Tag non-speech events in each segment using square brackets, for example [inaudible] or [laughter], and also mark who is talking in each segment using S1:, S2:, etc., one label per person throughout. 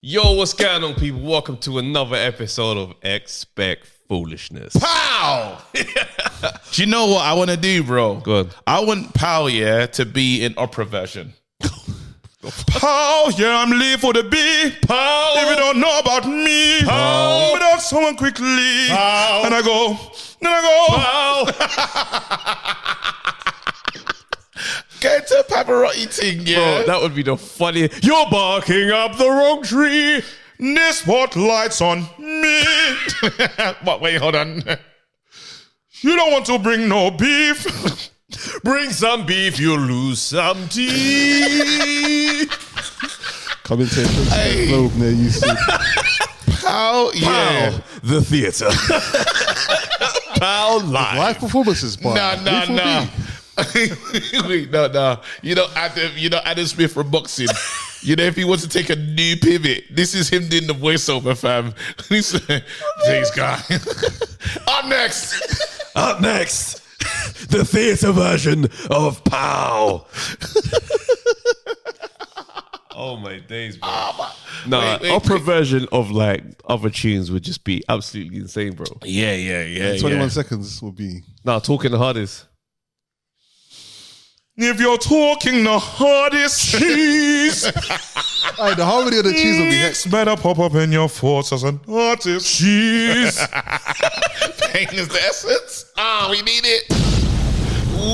S1: Yo, what's going on, people? Welcome to another episode of Expect Foolishness.
S2: Pow! [laughs] do you know what I want to do, bro?
S1: Good.
S2: I want Pow, yeah, to be in opera version. Pow, yeah, I'm live for the big Pow. If you don't know about me, Pow. But up someone quickly. Pow. And I go, then I go.
S1: [laughs]
S2: Pow. Get to Pavarotti thing, yeah.
S1: Bro, Oh, that would be the funniest. You're barking up the wrong tree.
S2: This spotlight's on me. [laughs] but wait, hold on. You don't want to bring no beef.
S1: Bring some beef, you'll lose some teeth.
S3: Commentators hey. globe near you see.
S2: Pow, yeah.
S1: Pow, the [laughs] theatre. Pow live.
S3: Live performances, but
S2: Nah, nah,
S3: Leaf will
S2: nah.
S3: be.
S2: [laughs] Wait, no, no. You know, Adam, you know, Adam Smith from boxing. You know, if he wants to take a new pivot, this is him doing the voiceover, fam. [laughs] He's like, Thanks, [laughs] guy. Up next. [laughs]
S1: Up next, the theatre version of Pow. [laughs] oh my days, bro. no,
S2: Ah, Wait, wait,
S1: opera
S2: wait.
S1: version of like other tunes would just be absolutely insane, bro.
S2: Yeah, yeah, yeah.
S3: 21 seconds will be.
S1: Now talking the hardest.
S2: If you're talking the [laughs] hardest [laughs] cheese,
S3: Hey, the harmony of the cheese will be hex.
S2: it's better pop up in your thoughts as an artist. Cheese. Pain is the essence. Ah, we need it.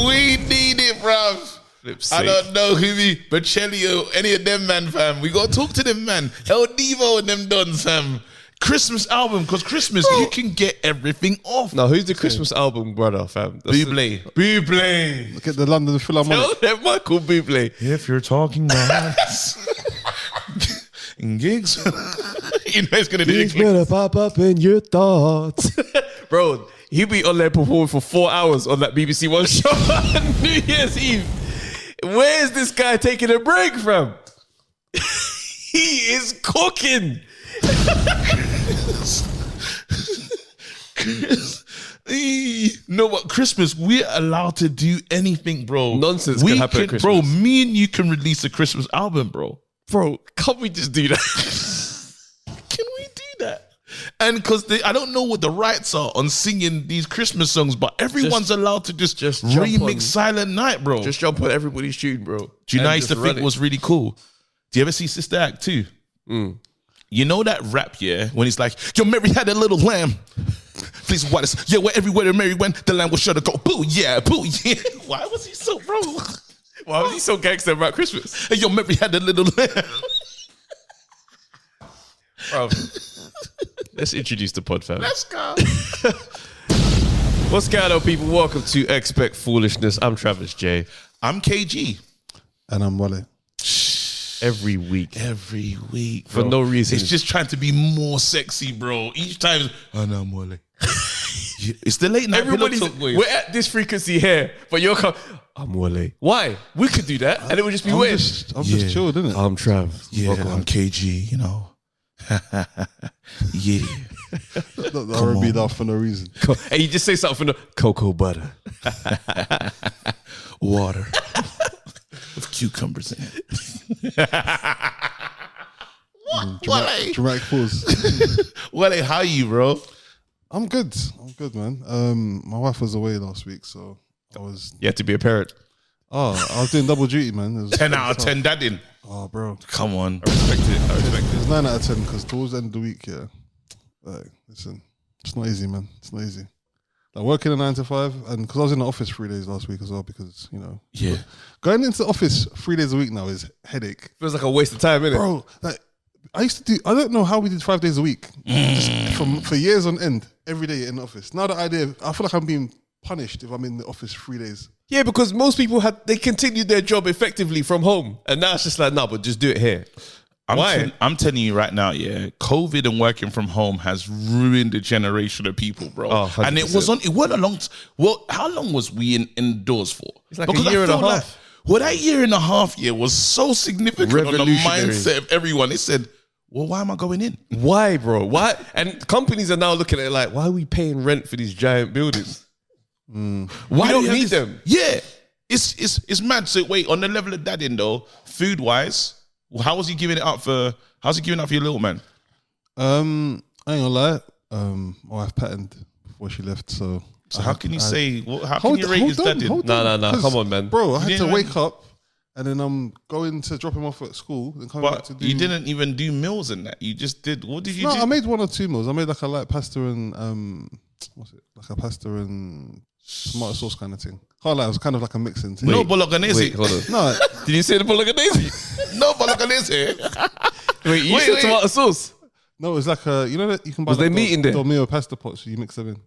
S2: We need it, bruv.
S1: Flip's
S2: I
S1: sake.
S2: don't know who the Bocelli or any of them man, fam. We gotta talk to them, man. El Devo and them dons, fam. Christmas album, cause Christmas you can get everything off.
S1: Now who's the Christmas album brother, fam? That's
S2: Buble, Buble.
S3: Look at the London
S1: No,
S3: Philharmonic.
S1: that [laughs] Michael Bublé.
S2: [laughs] If you're talking now, in gigs, [laughs] you know it's gonna do.
S1: [laughs]
S2: it.
S1: better pop up in your thoughts, [laughs] bro. He be on there performing for four hours on that BBC One [laughs] show on New Year's Eve. Where is this guy taking a break from? [laughs] he is cooking.
S2: You know what? Christmas, we're allowed to do anything, bro.
S1: Nonsense
S2: we
S1: can happen at
S2: bro.
S1: Christmas.
S2: Me and you can release a Christmas album, bro.
S1: Bro, can't we just do that? [laughs]
S2: Can we do that? And because I don't know what the rights are on singing these Christmas songs, but everyone's allowed to just,
S1: just jump
S2: remix
S1: on-
S2: Silent Night, bro.
S1: just jump on everybody's tune, bro.
S2: Do you know
S1: And
S2: I used to
S1: just run
S2: think
S1: it.
S2: was really cool? Do you ever see Sister Act 2?
S1: Hmm.
S2: You know that rap, yeah, when it's like, Yo, Mary had a little lamb. Please, Wallace. Yeah, we're everywhere Mary went, the lamb was sure to go, boo, yeah, boo, yeah. [laughs] Why was he so wrong?
S1: why was he so gangster about Christmas?
S2: Yo, Mary had a little
S1: [laughs]
S2: lamb.
S1: Bro, [laughs] let's introduce the pod, fam.
S2: Let's go.
S1: What's going on, people? Welcome to Expect Foolishness. I'm Travis J.
S2: I'm KG.
S3: And I'm Wale.
S1: Every week,
S2: every week
S1: For no reason.
S2: It's just trying to be more sexy, bro. Each time, and I'm Wale. [laughs] Yeah, it's the late night pillow
S1: Everybody's
S2: talk voice.
S1: we're at this frequency here, but you're com- I'm Wally. Why? We could do that, and it would just be
S3: I'm
S1: weird.
S3: just, I'm
S2: Yeah.
S3: just chilled, innit?
S1: I'm Trav.
S2: yeah, I'm KG. You know, [laughs] yeah.
S3: Not the R&B laugh for no reason.
S1: [laughs] and you just say something from the cocoa butter.
S2: Water with cucumbers in it. what? Wale,
S3: Dramatic pause. [laughs]
S2: Wale, how you, bro?
S3: I'm good. I'm good, man. Um, my wife was away last week, so I was.
S1: You have to be a parent.
S3: Oh, I was doing double duty, man. It was,
S2: Ten out of ten, dadding.
S3: Oh, bro.
S2: Come on.
S1: Respect it. I respect
S3: It was nine out of ten because towards the end of the week, yeah. Like, listen, it's not easy, man. It's not easy. Like working a nine to five, and because I was in the office three days last week as well, because you know,
S2: Yeah.
S3: going into the office three days a week now is headache,
S1: Feels like a waste of time, innit?
S3: bro. Like, I used to do. I don't know how we did five days a week just from for years on end, every day in the office. Now the idea, I feel like I'm being punished if I'm in the office three days.
S1: Yeah, because most people had they continued their job effectively from home, and now it's just like, no, but just do it here.
S2: I'm
S1: Why?
S2: tell- I'm telling you right now, yeah, COVID and working from home has ruined a generation of people, bro.
S1: Oh,
S2: and it
S1: 100%.
S2: was on. It wasn't a long. T- well, how long was we in, indoors for? It's
S1: like a year and a half.
S2: well, that year and a half year was so significant on the
S1: Revolutionary.
S2: mindset of everyone. They said, "Well, why am I going in?"
S1: Why, bro? Why? And companies are now looking at it like, why are we paying rent for these giant buildings?
S2: Why
S1: don't
S2: you have
S1: need
S2: this-
S1: them.
S2: Yeah, it's it's it's mad. So wait, on the level of that in though, food wise, How was he giving it up for? How's he giving up for your little man?
S3: Um, I ain't gonna lie. Um, my wife patterned before she left, so
S2: So how can you say? what- How can
S3: Hold-
S2: you rate his
S3: hold on,
S2: dad? in?
S3: hold
S1: No, no, no.
S3: 'Cause,
S1: Come on, man.
S2: You
S3: bro? I had to
S2: didn't-
S3: wake up, and then I'm going to drop him off at school, and coming back
S2: But
S3: to do.
S2: you didn't even do meals in that. You just did. What did you
S3: No,
S2: do?
S3: I made one or two meals. I made like a light pasta and um, what's it? Like a pasta and tomato sauce kind of thing. Can't lie, it was kind of like a mixing thing.
S2: no
S1: Wait, Wait,
S2: bolognese.
S1: hold on.
S3: no,
S1: [laughs] Did you say the bolognese?
S2: [laughs] no bolognese.
S1: Wait, you
S2: Wait,
S1: said
S2: wait.
S1: tomato sauce.
S3: no, it's like a you know that you can buy.
S1: Was
S3: like
S1: there meat in there?
S3: Dormio pasta pots. You mix them in.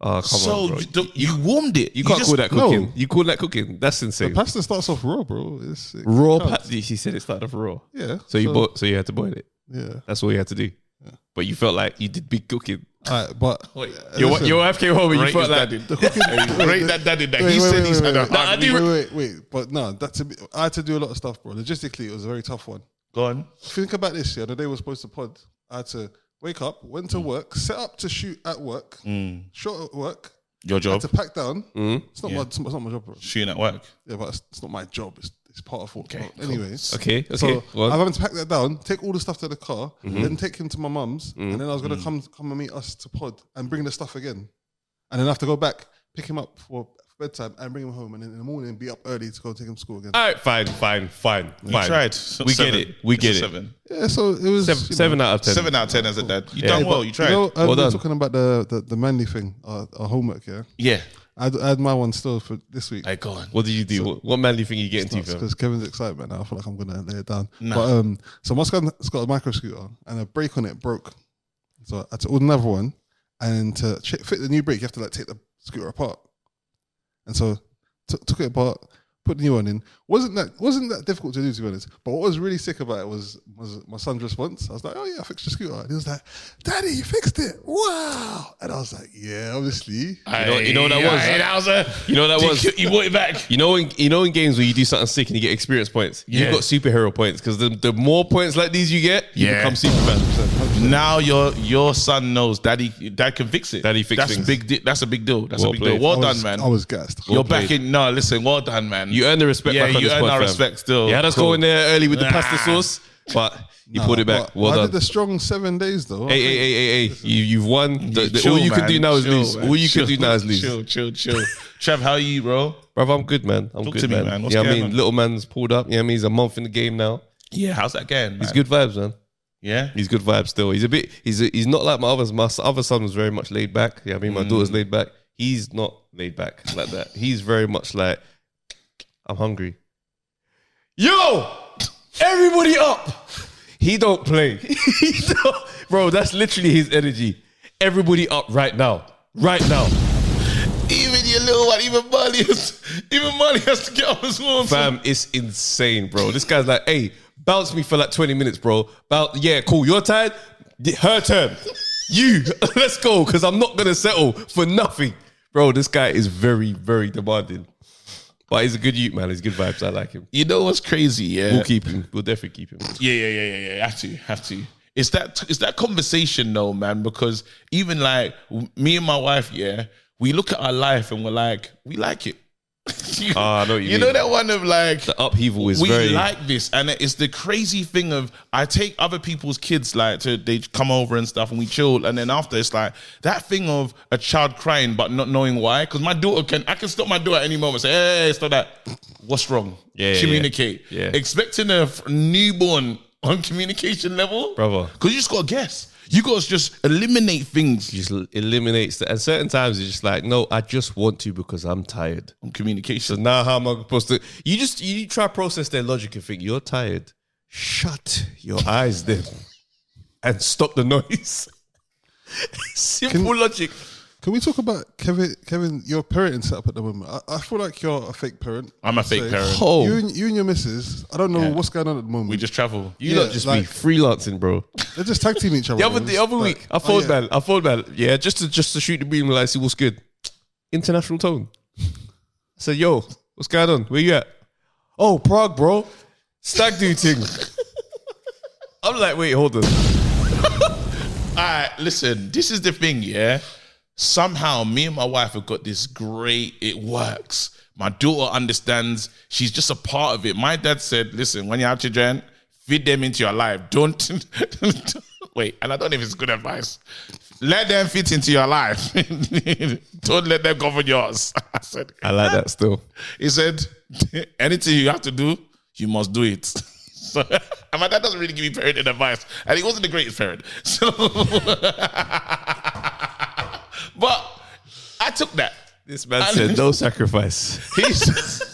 S1: Oh, come on,
S2: so
S1: bro.
S2: you, don't- you warmed it.
S1: You can't
S2: just-
S1: call that
S3: no.
S1: cooking. You call that cooking? That's
S3: The
S1: insane.
S3: pasta starts off raw, bro. It's it
S1: raw
S3: counts.
S1: pasta. She said it started off raw.
S3: Yeah.
S1: So you bought. So you had to boil it.
S3: Yeah.
S1: That's all you had to do. But you felt like you did big cooking.
S3: All right, but
S2: Wait,
S1: Your, wa-
S3: listen.
S1: your wife came home and you
S2: Rate
S1: felt
S2: his
S1: like.
S2: dad in.
S3: the
S1: [laughs]
S3: cooking.
S2: Rate that dad in that.
S3: Wait,
S2: He
S3: wait,
S2: said
S3: wait,
S2: he's
S3: wait,
S2: had a
S3: wait.
S1: No, I
S2: hard
S1: do-
S2: week.
S3: Wait, wait, wait. But no, that's a bit, I had to do a lot of stuff, bro. Logistically, it was a very tough one.
S2: Gone.
S3: Think about this, yeah. The day we're supposed to pod, I had to wake up, went
S2: Mm.
S3: to work, set up to shoot at work, shot at work,
S2: Your
S3: had
S2: Mm. job.
S3: to pack down. It's, not my, it's not my job, bro.
S2: Shooting at work.
S3: Yeah, but it's, it's not my job. It's, it's part of what.
S2: Okay,
S3: but anyway.
S1: Okay. Okay.
S3: So
S1: well, Mm-hmm.
S3: I'm having to pack that down, take all the stuff to the car, then take him to my mum's, and then I was gonna come come and meet us to pod and bring the stuff again, and then I have to go back, pick him up for bedtime, and bring him home, and then in the morning be up early to go take him to school again.
S1: all right. Fine. Fine. Fine.
S2: You
S1: fine.
S2: tried.
S1: We
S2: Seven.
S1: get it. We
S2: It's a
S1: get it.
S2: Seven.
S3: yeah, so it was
S1: Seven,
S3: you know.
S1: seven out of ten.
S2: Seven out of ten as a dad. You
S1: Yeah.
S2: done well. You
S3: You
S2: tried.
S3: know, um,
S1: Well
S3: we
S1: done.
S3: were talking about the the, the manly thing, our, our homework. Yeah,
S2: yeah.
S3: I had, I had my one still for this week.
S2: Hey, go on.
S1: What did you do? what, what manly thing you get into? fam?
S3: because Kevin's excitement now. I feel like I'm gonna lay it down. But um, so my son's got a micro scooter and a brake on it broke, so I had to order another one. And to ch- fit the new brake, you have to like take the scooter apart. And so took took it apart, put the new one in. wasn't that wasn't that difficult to do to be honest? But what was really sick about it was was my son's response. I was like, "Oh yeah, I fixed the scooter." And he was like, "Daddy, you fixed it! Wow!" And I was like, "Yeah, obviously."
S1: You know, you know what that was?
S2: Aye,
S1: that was you know what that was?
S2: You want it back?
S1: You know, in, you know, in games where you do something sick and you get experience points,
S2: Yeah.
S1: you got superhero points because the, the more points like these you get, you
S2: Yeah.
S1: become Superman.
S2: Now your your son knows daddy dad can fix it.
S1: Daddy fix
S2: that's
S1: things.
S2: big. Di- that's a big deal. That's
S1: Well
S2: a big
S1: played.
S2: deal. Well
S3: I was,
S2: done, man.
S3: I was gassed.
S2: You're
S1: played.
S2: back in. No, listen. Well done, man.
S1: You earn the respect.
S2: yeah,
S1: back on
S2: you
S1: this
S2: earn
S1: pod,
S2: our
S1: fam.
S2: respect still.
S1: You had us going there early with the
S2: Nah.
S1: pasta sauce, but you pulled it back.
S3: But-
S1: Well
S3: but I
S1: done.
S3: did the strong seven days though.
S1: Hey, hey, hey, hey, hey! You, you've won. The, the,
S2: Chill,
S1: all you can
S2: man.
S1: do now is
S2: Chill,
S1: lose.
S2: man.
S1: All you
S2: Chill,
S1: can do now is lose,
S2: Chill, chill, chill. Trev, how are you, bro?
S1: brother. I'm good, man. I'm
S2: Talk
S1: good,
S2: to me,
S1: man.
S2: man. What's
S1: yeah, I
S2: going
S1: mean,
S2: on?
S1: little man's pulled up. Yeah, I mean, he's a month in the game now.
S2: Yeah, how's that going?
S1: He's
S2: man?
S1: good vibes, man.
S2: Yeah,
S1: He's good vibes still. He's a bit. He's a, he's not like my others. My s- other son was very much laid back. Yeah, I mean, my daughter's laid back. He's not laid back like that. He's very much like, I'm hungry. Yo, everybody up. He don't play. [laughs] He don't- bro, that's literally his energy. Everybody up right now. Right now.
S2: even your little one, even Marley, has, even Marley has to get up as well.
S1: Fam, it's insane, bro. This guy's like, hey, bounce me for like 20 minutes, bro. Bounce, yeah, cool. You're tired? Yeah, Her turn. You, [laughs] let's go, because I'm not going to settle for nothing. Bro, this guy is very, very demanding. But he's a good youth, man. He's good vibes. I like him.
S2: You know what's crazy? Yeah,
S1: We'll keep him. We'll definitely keep him.
S2: Yeah, yeah, yeah, yeah, yeah. Have to, have to. It's that it's that conversation though, man. Because even like w- me and my wife, yeah, we look at our life and we're like, we like it. [laughs] you,
S1: Ah, I know what you
S2: you know
S1: mean.
S2: that one of like
S1: The upheaval is
S2: we
S1: very.
S2: like this, and it's the crazy thing of I take other people's kids like to they come over and stuff, and we chill, and then after it's like that thing of a child crying but not knowing why, because my daughter can I can stop my daughter at any moment, say hey, hey, stop that, what's wrong?
S1: Yeah, yeah,
S2: communicate.
S1: yeah. Yeah.
S2: expecting a f- newborn [laughs] on communication level,
S1: Brother.
S2: because you just gotta guess. You gotta just eliminate things
S1: just eliminates the, and certain times it's just like no i just want to because i'm tired
S2: on communication.
S1: So now how am I supposed to? You just you try to process their logic and think you're tired. Shut your eyes then, and stop the noise. [laughs] Simple logic.
S3: Can we talk about Kevin? Kevin, your parenting setup at the moment. I, I feel like you're a fake parent.
S2: I'm a fake
S3: Say,
S2: parent.
S1: Oh,
S3: You
S1: you,
S3: and, you and your missus. I don't know what's going on at the moment.
S2: We just travel.
S1: you
S3: yeah,
S1: lot just
S3: like-
S1: be freelancing, bro.
S3: they're just tag
S2: [laughs]
S3: teaming each other.
S1: The other
S3: bro.
S1: the
S3: It's
S1: other
S3: like-
S1: week, I
S3: oh,
S1: phoned
S3: yeah.
S1: man. I phoned man. Yeah, just to just to shoot the beam, like see what's good. International tone. I said, yo, what's going on? Where you at? Oh, Prague, bro. Stag do
S3: [laughs]
S1: thing. I'm like, wait, hold on.
S2: I listen. This is the thing, yeah. Somehow, me and my wife have got this great. It works. My daughter understands. She's just a part of it. My dad said, "Listen, when you have children, Feed them into your life. Don't [laughs] wait. And I don't know if it's good advice. Let them fit into your life. [laughs] don't let them govern yours. [laughs] I said,
S4: I like that still.
S2: he said, [laughs] anything you have to do, you must do it. [laughs] So, and my dad doesn't really give me parenting advice, and he wasn't the greatest parent. [laughs] So, but I took that.
S4: This man said no
S1: [laughs]
S4: sacrifice.
S2: He's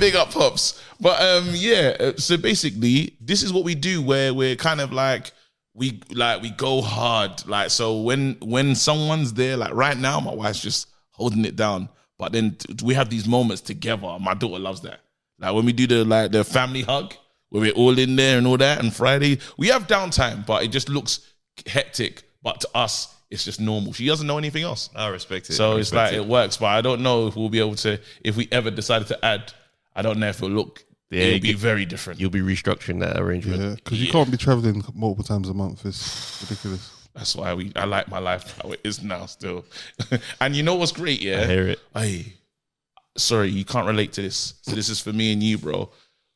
S2: big up pops. But um, yeah. uh, So basically, this is what we do where we're kind of like we like we go hard. Like so when when someone's there, like right now, my wife's just holding it down. But then t- we have these moments together. My daughter loves that. Like when we do the like the family hug, where we're all in there and all that. And Friday we have downtime, but it just looks hectic. But to us, it's just normal. She doesn't know anything else.
S4: I respect it.
S2: So it's like it works, but I don't know if we'll be able to. If we ever decided to add, I don't know if it'll look. it'll
S1: you
S2: be very different.
S1: You'll be restructuring that arrangement.
S3: Yeah, because you can't be traveling multiple times a month. It's ridiculous.
S2: That's why we. I like my life how it is now still. [laughs] and you know what's great? Yeah,
S1: I hear it.
S2: Hey, sorry, you can't relate to this. So this is for me and you, bro.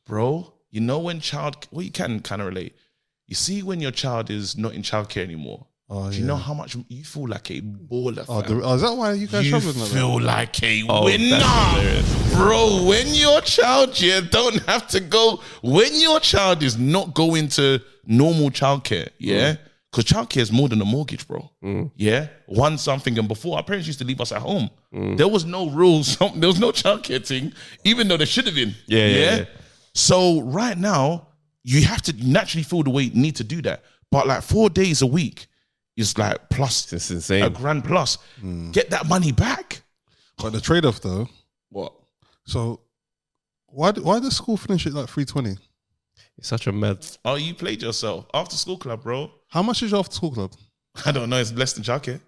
S2: Bro, you know when child. Well, you can kind of relate. You see when your child is not in childcare anymore.
S3: Oh,
S2: Do you know how much you feel like a baller?
S3: Oh,
S2: fam.
S3: the, oh, is that why you guys
S2: You
S3: traveling like that?
S2: feel like a
S4: that's
S2: winner, bro. When your child you don't have to go. When your child is not going to normal childcare, yeah, because childcare is more than a mortgage, bro. Yeah, one something. And before our parents used to leave us at home, there was no rules. [laughs] There was no childcare thing, even though there should have been.
S1: Yeah, yeah, yeah.
S2: So right now, you have to naturally feel the way you need to do that. But like four days a week is like plus
S1: It's insane.
S2: a grand plus. Get that money back.
S3: But the trade off though.
S2: What?
S3: So why do, why does school finish at like three twenty?
S1: It's such a mad.
S2: Oh, you played yourself after school club, bro. [laughs]
S3: How much is your after school club?
S2: I don't know. It's less than childcare.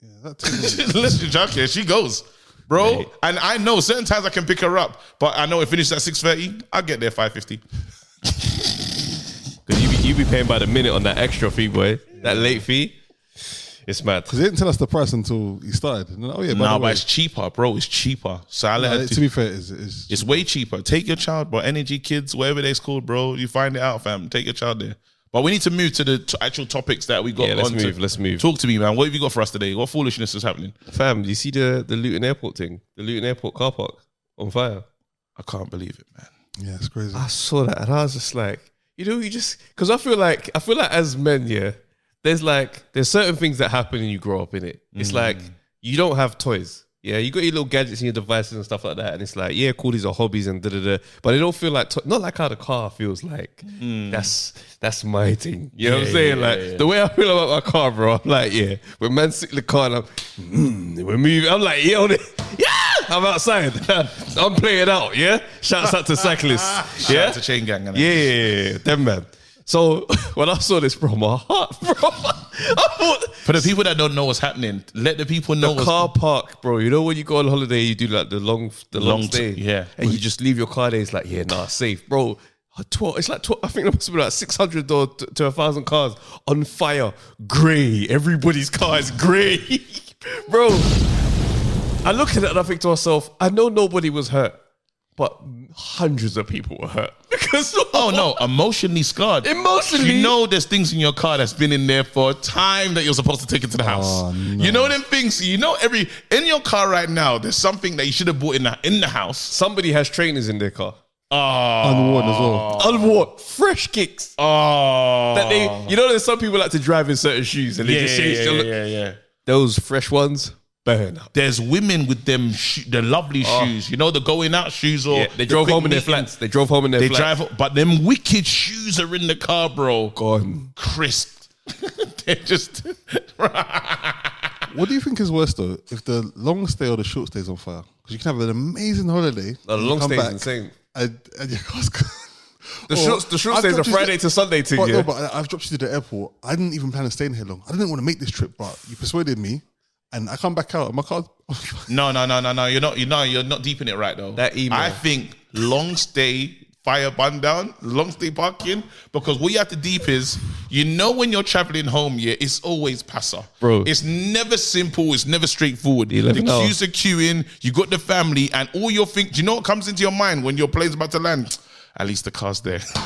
S3: Yeah, [laughs] that
S2: [laughs]
S3: too.
S2: It's less than childcare. She goes, bro. And I know certain times I can pick her up, but I know it finishes at six thirty. I get there five fifty.
S1: Because you be, you be paying by the minute on that extra fee, boy. That late fee. It's mad.
S3: Because they didn't tell us the price until he started. And then, oh yeah, by
S2: Nah,
S3: the way,
S2: but it's cheaper, bro. It's cheaper. So I let
S3: uh,
S2: her.
S3: to
S2: do-
S3: be fair, is is
S2: it's way cheaper. Take your child, bro. Energy kids, whatever they's called, bro. You find it out, fam. Take your child there. But we need to move to the t- actual topics that we got.
S1: Yeah, let's
S2: on to.
S1: move, let's move.
S2: Talk to me, man. What have you got for us today? What foolishness is happening?
S1: Fam, you see the, the Luton Airport thing? The Luton Airport car park on fire.
S2: I can't believe it, man.
S3: yeah, it's crazy.
S1: I saw that and I was just like,
S4: You know, you just because I feel like I feel like as men, yeah,
S1: there's like there's certain things that happen and you grow up in it. It's like you don't have toys. Yeah, you got your little gadgets and your devices and stuff like that, and it's like, yeah, cool, these are hobbies and da da da. But they don't feel like to- not like how the car feels like. That's that's my thing. You know what I'm saying? like the way I feel about my car, bro. I'm like, yeah, when man sit in the car and I'm, mm, we're moving. I'm like, yeah, on it. [laughs] yeah. I'm outside. [laughs] I'm playing out. Yeah. Shouts out to cyclists.
S2: [laughs] Shout
S1: yeah.
S2: out to Chain Gang. innit?
S1: Yeah, yeah, yeah, yeah. Them man. So [laughs] when I saw this, bro, my heart, [laughs] bro, I thought
S2: For the people that don't know what's happening, let the people know. what's-
S1: car park, bro. You know when you go on holiday, you do like the long, the long,
S2: Long
S1: stay,
S2: t- yeah.
S1: and you just leave your car there. It's like, yeah, nah, safe, bro. Twelve, it's like 12, I think there must be like six hundred or t- to a thousand cars on fire, grey. Everybody's car is grey, [laughs] bro. I look at it and I think to myself, I know nobody was hurt, but hundreds of people were hurt [laughs] because
S2: Oh no, emotionally scarred.
S1: Emotionally?
S2: you know there's things in your car that's been in there for a time that you're supposed to take it to the house. You know them things. You know every in your car right now. There's something that you should have bought in the in the house.
S1: somebody has trainers in their car.
S3: Unworn as
S1: Oh.
S3: well.
S1: Unwashed, fresh kicks.
S2: Oh,
S1: that they, you know, there's some people like to drive in certain shoes and they
S2: yeah,
S1: just
S2: yeah,
S1: change
S2: yeah,
S1: their
S2: yeah,
S1: look.
S2: yeah, yeah.
S1: those fresh ones. Burn up.
S2: There's women with them sho- the lovely shoes. You know the going out shoes or
S1: Yeah, they
S2: the
S1: drove
S2: quick
S1: home in their
S2: meeting-
S1: flats. They drove home in their
S2: They
S1: flats.
S2: drive, but them wicked shoes are in the car, bro.
S1: [laughs] Gone.
S2: Crisp. [laughs] They're just.
S3: What do you think is worse though, if the long stay or the short stay is on fire? Because you can have an amazing holiday.
S1: The
S3: and you
S1: long
S3: come
S1: stay is
S3: back
S1: insane.
S3: And, and your car's gone.
S1: The
S3: Or,
S1: short, the short
S3: I've
S1: stays are
S3: dropped you to-
S1: Friday to Sunday to
S3: But,
S1: you.
S3: no, but I- I've dropped you to the airport. I didn't even plan on staying here long. I didn't want to make this trip, but you persuaded me, and I come back out and my [laughs] car.
S2: No, no, no, no, no. You're not. You know, you're not deep in it right though.
S1: That email.
S2: I think long stay fire bun down, long stay parking. Because what you have to deep is, you know, when you're traveling home, yeah, it's always passer,
S1: Bro.
S2: It's never simple. It's never straightforward. The
S1: 11 hour.
S2: queues are queuing. You got the family, and all your think. Do you know what comes into your mind when your plane's about to land? At least the car's there. [laughs]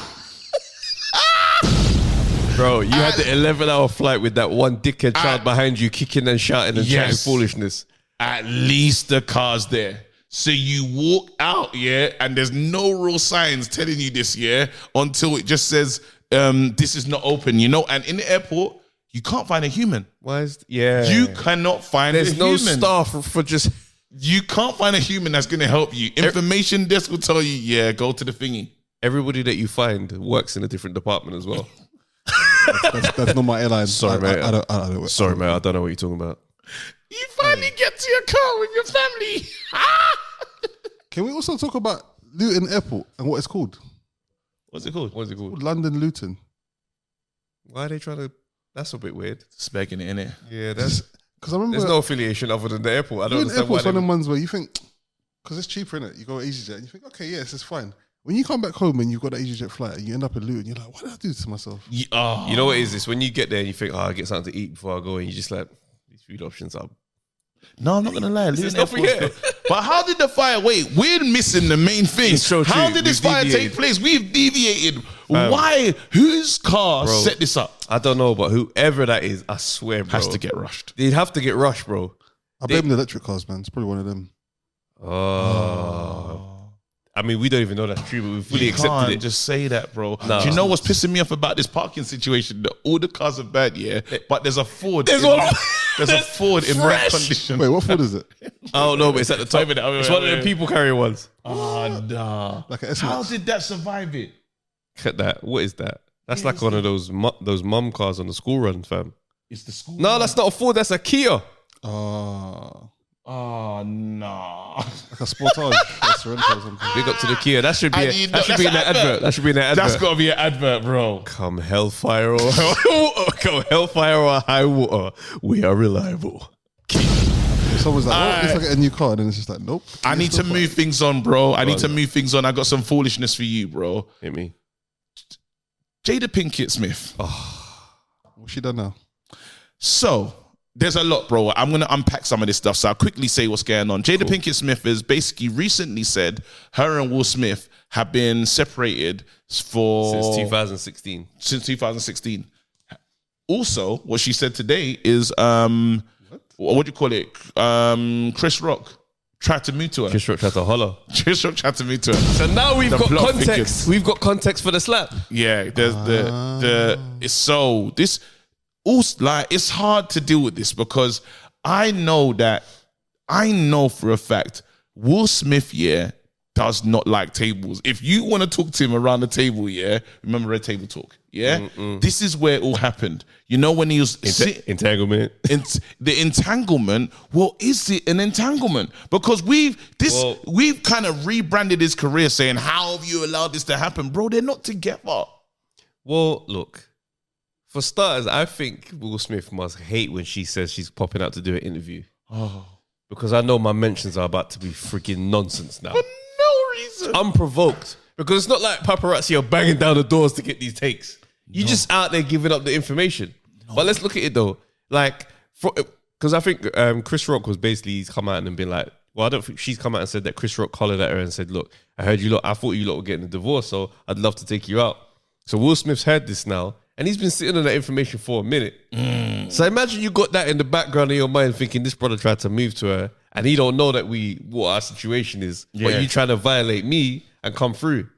S1: Bro, you had the 11 hour flight with that one dickhead child
S2: I-
S1: behind you kicking and shouting and chatting
S2: Yes.
S1: foolishness.
S2: At least the car's there. So you walk out, yeah, and there's no real signs telling you this, yeah, until it just says, um, this is not open, you know. And in the airport, you can't find a human.
S1: Why is yeah?
S2: You cannot find
S1: there's
S2: a
S1: no
S2: human.
S1: staff for, for just
S2: You can't find a human that's going to help you. Information desk will tell you, yeah, go to the thingy.
S1: everybody that you find works in a different department as well.
S3: That's, that's not my
S1: [laughs]
S3: airline.
S1: Sorry,
S3: I,
S1: mate.
S3: I, I don't. I don't.
S1: [laughs] Sorry, mate, I don't know what you're talking about.
S2: You
S1: Mm.
S2: finally get to your car with your family. [laughs]
S3: Can we also talk about Luton Airport and what it's called?
S2: What's it called?
S1: What's it called?
S3: London Luton.
S1: Why are they trying to? That's a bit weird.
S2: Spegging it in it.
S1: Yeah, that's
S3: Because I remember
S1: there's no affiliation other than the airport. I don't
S3: Luton
S1: understand why.
S3: Airport's one of
S1: They,
S3: them ones where you think because it's cheaper in it. You go EasyJet and you think, okay, yes, it's fine. When you come back home and you've got an EasyJet flight and you end up in Luton, you're like, what did I do to myself?
S2: You, oh.
S1: you know what it is this? When you get there and you think, oh, I get something to eat before I go, and you just like these food options are.
S2: No, I'm not gonna lie. Luton
S1: stuff we
S2: Airport's
S1: hear.
S2: good. But how did the fire? Wait, we're missing the main thing.
S1: It's so
S2: how
S1: true.
S2: did this
S1: We've
S2: fire
S1: deviated. Um,
S2: take place? We've deviated. Why? Whose car
S1: Bro.
S2: set this up?
S1: I don't know, but whoever that is, I swear, bro,
S2: Has to get rushed.
S1: They'd have to get rushed, bro.
S3: I blame the electric cars, man. It's probably one of them.
S1: Oh. I mean, we don't even know that's true, but we fully
S2: You
S1: accepted
S2: can't
S1: it.
S2: just say that, bro.
S1: Nah.
S2: Do you know what's pissing me off about this parking situation? That all the cars are bad, yeah, but there's a Ford.
S1: There's
S2: in-
S1: one-
S2: There's a Ford in
S1: fresh.
S2: wreck condition.
S3: Wait, what Ford
S2: [laughs]
S3: is it?
S1: I don't know, but it's at the top.
S2: Wait a minute, wait,
S1: it's
S2: wait,
S1: one of
S2: wait.
S1: the people carrier ones.
S2: Oh, nah.
S3: Like an S
S2: How did that survive it?
S1: Cut that. What is that? That's like one of those mu- those mum cars on the school run, fam.
S2: It's the school.
S1: No, that's not a Ford. That's a Kia.
S3: Oh,
S2: Oh, nah.
S3: like a Sportage, like a Sorento or something.
S1: Big up to the Kia. That should be
S2: And
S1: a,
S2: you know-
S1: that should
S2: that's
S1: be in
S2: an
S1: that advert.
S2: advert.
S1: That should be in that advert.
S2: That's gotta be an
S1: [laughs]
S2: advert, bro. [laughs]
S1: Come hellfire or come hellfire or high water. We are reliable.
S3: Someone's like, oh, it's
S2: Alright.
S3: like a new car, and then it's just like, nope.
S2: I need to move things on, bro. I need to move things on. I got some foolishness for you, bro.
S1: Hit me.
S2: Jada Pinkett Smith.
S3: What's she done now?
S2: So there's a lot, bro. I'm gonna unpack some of this stuff. So I'll quickly say what's going on. Jada Pinkett Smith has basically recently said her and Will Smith have been separated for
S1: Since 2016.
S2: since 2016. Also, what she said today is um what, what do you call it? Um Chris Rock tried to move to her.
S1: Just tried to holler.
S2: [laughs] Chris Rock tried to move to her.
S1: So now we've got
S2: plot
S1: context.
S2: thickens.
S1: We've got context for the slap.
S2: Yeah, there's the the it's so this also like it's hard to deal with this because I know that I know for a fact Will Smith yeah does not like tables. If you want to talk to him around the table, yeah, remember a table talk. Yeah, this is where it all happened. You know when he was sit-
S1: Entanglement.
S2: ent- the entanglement. Well, is it an entanglement? Because we've this
S1: Well-
S2: we've kind of rebranded his career, saying how have you allowed this to happen, bro? They're not together.
S1: Well, look, for starters, I think Will Smith must hate when she says she's popping out to do an interview. Oh. Because I know my mentions are about to be freaking nonsense now.
S2: no reason.
S1: [laughs] Unprovoked. Because it's not like paparazzi are banging down the doors to get these takes. You're just out there giving up the information. But let's look at it though. Like, because I think um, Chris Rock was basically he's come out and been like, well, I don't think she's come out and said that Chris Rock hollered at her and said, look, I heard you lot, I thought you lot were getting a divorce, so I'd love to take you out. So Will Smith's heard this now, and he's been sitting on that information for a minute. So imagine you got that in the background of your mind, thinking this brother tried to move to her, and he don't know that we what our situation is.
S2: Yeah.
S1: But you trying to violate me and come through,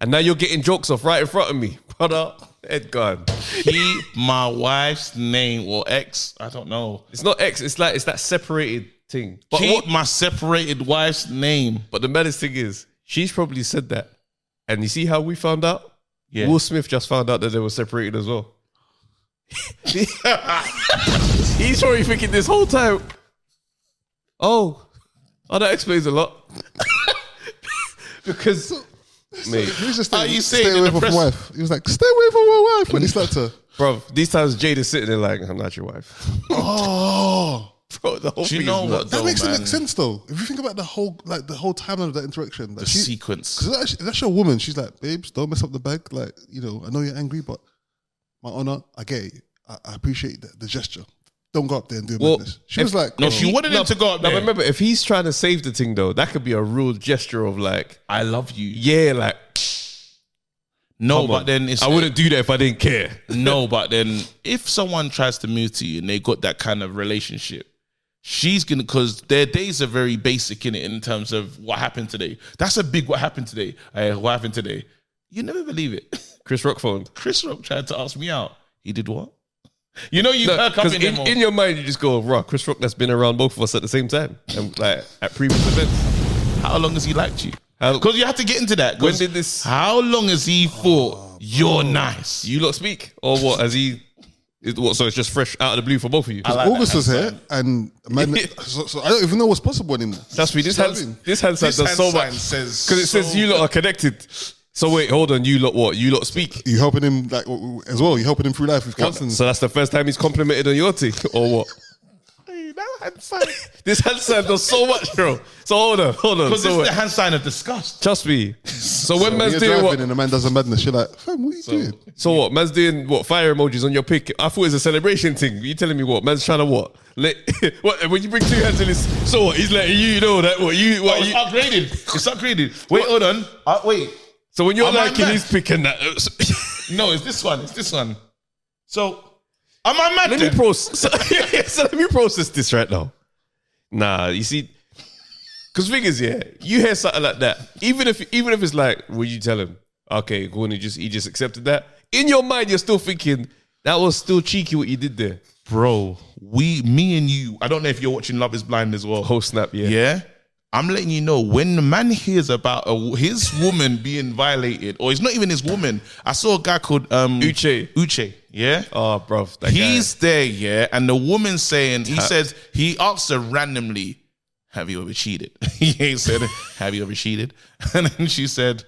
S1: and now you're getting jokes off right in front of me, [laughs] brother. Head gone.
S2: He, my wife's name or ex, I don't know.
S1: It's not X. It's like it's that separated thing. But
S2: Keep
S1: what,
S2: my separated wife's name.
S1: but the maddest thing is, she's probably said that, and you see how we found out.
S2: Yeah.
S1: Will Smith just found out that they were separated as well. [laughs] He's probably thinking this whole time. Oh, oh, that explains a lot. [laughs] because, mate,
S3: He was just staying,
S2: Are you
S3: stay
S2: saying in
S3: away
S2: the
S3: from
S2: press-
S3: my wife. He was like, stay away from my wife when he
S2: [laughs]
S3: slapped her.
S1: bro, these times Jade is sitting there like, "I'm not your wife."
S2: Oh,
S1: Bro, the whole
S2: do you
S1: thing
S2: know
S1: is
S2: what?
S1: nuts.
S3: That
S2: though,
S3: makes it
S2: man?
S3: make sense though. If you think about the whole like the whole timeline of that interaction, like she-
S2: Sequence.
S3: Because that's, that's your woman. She's like, babes, don't mess up the bag. Like, you know, I know you're angry, but my honor, I get it. I, I appreciate the, the gesture. Don't go up there and do
S1: Well,
S3: business. She
S1: if-
S3: was like, "Oh,
S2: No, she wanted
S1: No,
S2: him to go up
S1: Now
S2: there.
S1: remember, if he's trying to save the thing though, that could be a real gesture of like,
S2: I love you.
S1: yeah, like
S2: No,
S1: Come
S2: but
S1: on.
S2: then it's
S1: I wouldn't do that if I didn't care.
S2: no, but then if someone tries to move to you and they got that kind of relationship, she's gonna because their days are very basic in it in terms of what happened today. That's a big what happened today. Eh, what happened today? You never believe it. [laughs]
S1: Chris Rock phoned.
S2: Chris Rock tried to ask me out. He did what? You know you no,
S1: Because
S2: come in,
S1: in,
S2: them
S1: in
S2: all.
S1: your mind, you just go, "Raw, Chris Rock that's been around both of us at the same time, and like at previous events."
S2: how long has he liked you?
S1: How-
S2: Because you have to get into that. 'cause
S1: When did this-
S2: How long has he thought you're nice?
S1: Do you lot speak or what? Has he? Is, what? So it's just fresh out of the blue for both of you.
S2: like
S3: August
S2: that
S3: was here,
S1: [laughs]
S3: and man, so, so I don't even know what's possible anymore.
S1: That's me. This
S3: Do you
S1: hand,
S3: know what I mean?
S1: this hand sign
S2: This
S1: does
S2: hand
S1: so
S2: sign
S1: much
S2: says
S1: because it says
S2: so
S1: you lot are connected. So wait, hold on. You lot what? You lot speak.
S3: you helping him like w- w- as well. You are helping him through life with counseling.
S1: So that's the first time he's complimented on your thing, or what?
S2: [laughs]
S1: this hand sign does so much, bro. So hold on, hold on.
S2: Because
S1: So
S2: it's the
S1: wait.
S2: hand sign of disgust.
S1: Trust
S2: [laughs]
S1: me. So when
S3: When
S1: man's
S3: you're
S1: doing
S3: driving
S1: what?
S3: and a man does a madness, you're like, fam, what are you doing?
S1: So what? Man's doing what? Fire emojis on your pic. I thought it was a celebration thing. You telling me what? Man's trying to what? Let, [laughs] what? and When you bring two hands in this, so what? He's letting you know that what you
S2: Oh,
S1: what
S2: it's
S1: you.
S2: upgraded. It's upgraded. Wait, hold on. Uh, wait.
S1: So when you're
S2: Am I
S1: liking,
S2: mad?
S1: he's picking that. uh, so- [laughs]
S2: No, it's this one. It's this one. So, am I
S1: let
S2: mad?
S1: me [laughs]
S2: then?
S1: process. So, so let me process this right now. Nah, you see, because thing is, yeah, you hear something like that, even if even if it's like, will you tell him? Okay, go on. He just he just accepted that. In your mind, you're still thinking that was still cheeky what you did there.
S2: bro. We, me, and you. I don't know if you're watching Love Is Blind as well.
S1: Oh snap! Yeah.
S2: Yeah. I'm letting you know when the man hears about a, his woman being violated, or it's not even his woman. I saw a guy called um,
S1: Uche.
S2: Uche, yeah.
S1: Oh, bro, that
S2: He's there, yeah, and the woman saying he said he asked her randomly, "Have you ever cheated?" [laughs] he said, "Have you ever cheated?" [laughs] And then she said,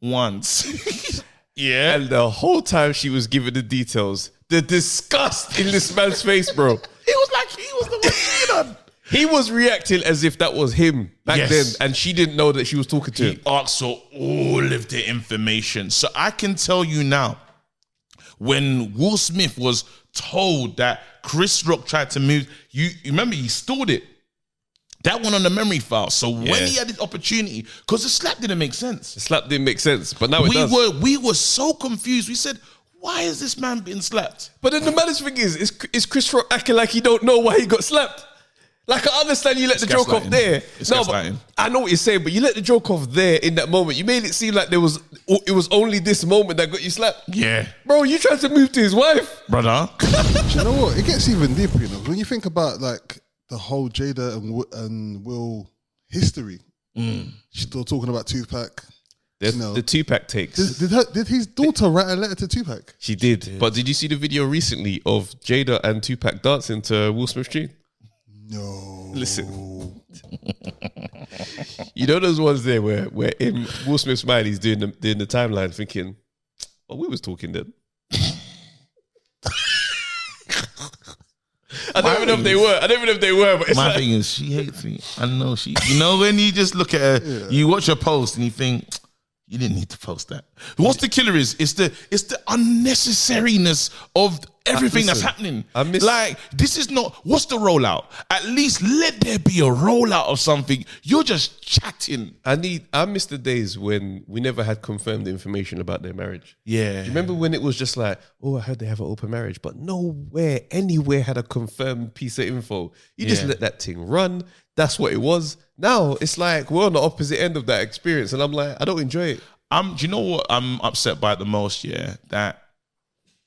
S2: "Once." [laughs]
S1: guy. and the whole time she was giving the details, the disgust in this man's face, bro.
S2: It was like he was the one cheating on.
S1: He was reacting as if that was him back
S2: Yes.
S1: then, and she didn't know that she was talking to him.
S2: He asked for all of the information. So I can tell you now, when Will Smith was told that Chris Rock tried to move, you you remember he stored it. That went on the memory file. So when
S1: Yeah.
S2: he had this opportunity, because the slap didn't make sense.
S1: Slap didn't make sense, but now it
S2: we
S1: does.
S2: were we were so confused. We said, why is this man being slapped?
S1: But then the maddest thing is, is, is Chris Rock acting like he don't know why he got slapped? Like I understand you let the joke off
S2: gaslighting.
S1: there.
S2: It's
S1: but
S2: gaslighting.
S1: I know what you're saying, but you let the joke off there in that moment. You made it seem like there was it was only this moment that got you slapped.
S2: Yeah,
S1: Bro, you tried to move to his wife.
S2: brother.
S3: Do you know what? It gets even deeper, you know. When you think about like the whole Jada and Wi- and Will history,
S1: Mm.
S3: she's still talking about Tupac.
S1: The,
S3: No.
S1: the two pack takes.
S3: Did, did, her, did his daughter write a letter to Tupac?
S1: She did. But did you see the video recently of Jada and Tupac dancing to Will Smith's tune?
S3: No.
S1: Listen. you know those ones there where where in Will Smith's mind he's doing the doing the timeline thinking, Well, we was talking then. I don't even know if they were. I don't even know if they were, but it's
S2: [laughs] My
S1: like,
S2: thing is, she hates me. I know she. You know when you just look at her, you watch her post and you think you didn't need to post that. What's the killer is? It's the it's the unnecessariness of everything that's
S1: Listen,
S2: happening.
S1: I miss-
S2: like this is not. What's the rollout? At least let there be a rollout of something. You're just chatting.
S1: I need I miss the days when we never had confirmed information about their marriage.
S2: Yeah.
S1: Do you remember when it was just like, oh, I heard they have an open marriage, but nowhere, anywhere had a confirmed piece of info. You just
S2: Yeah.
S1: let that thing run. That's what it was. Now it's like we're on the opposite end of that experience, and I'm like, I don't enjoy it.
S2: I'm. Do you know what I'm upset by the most? Yeah, that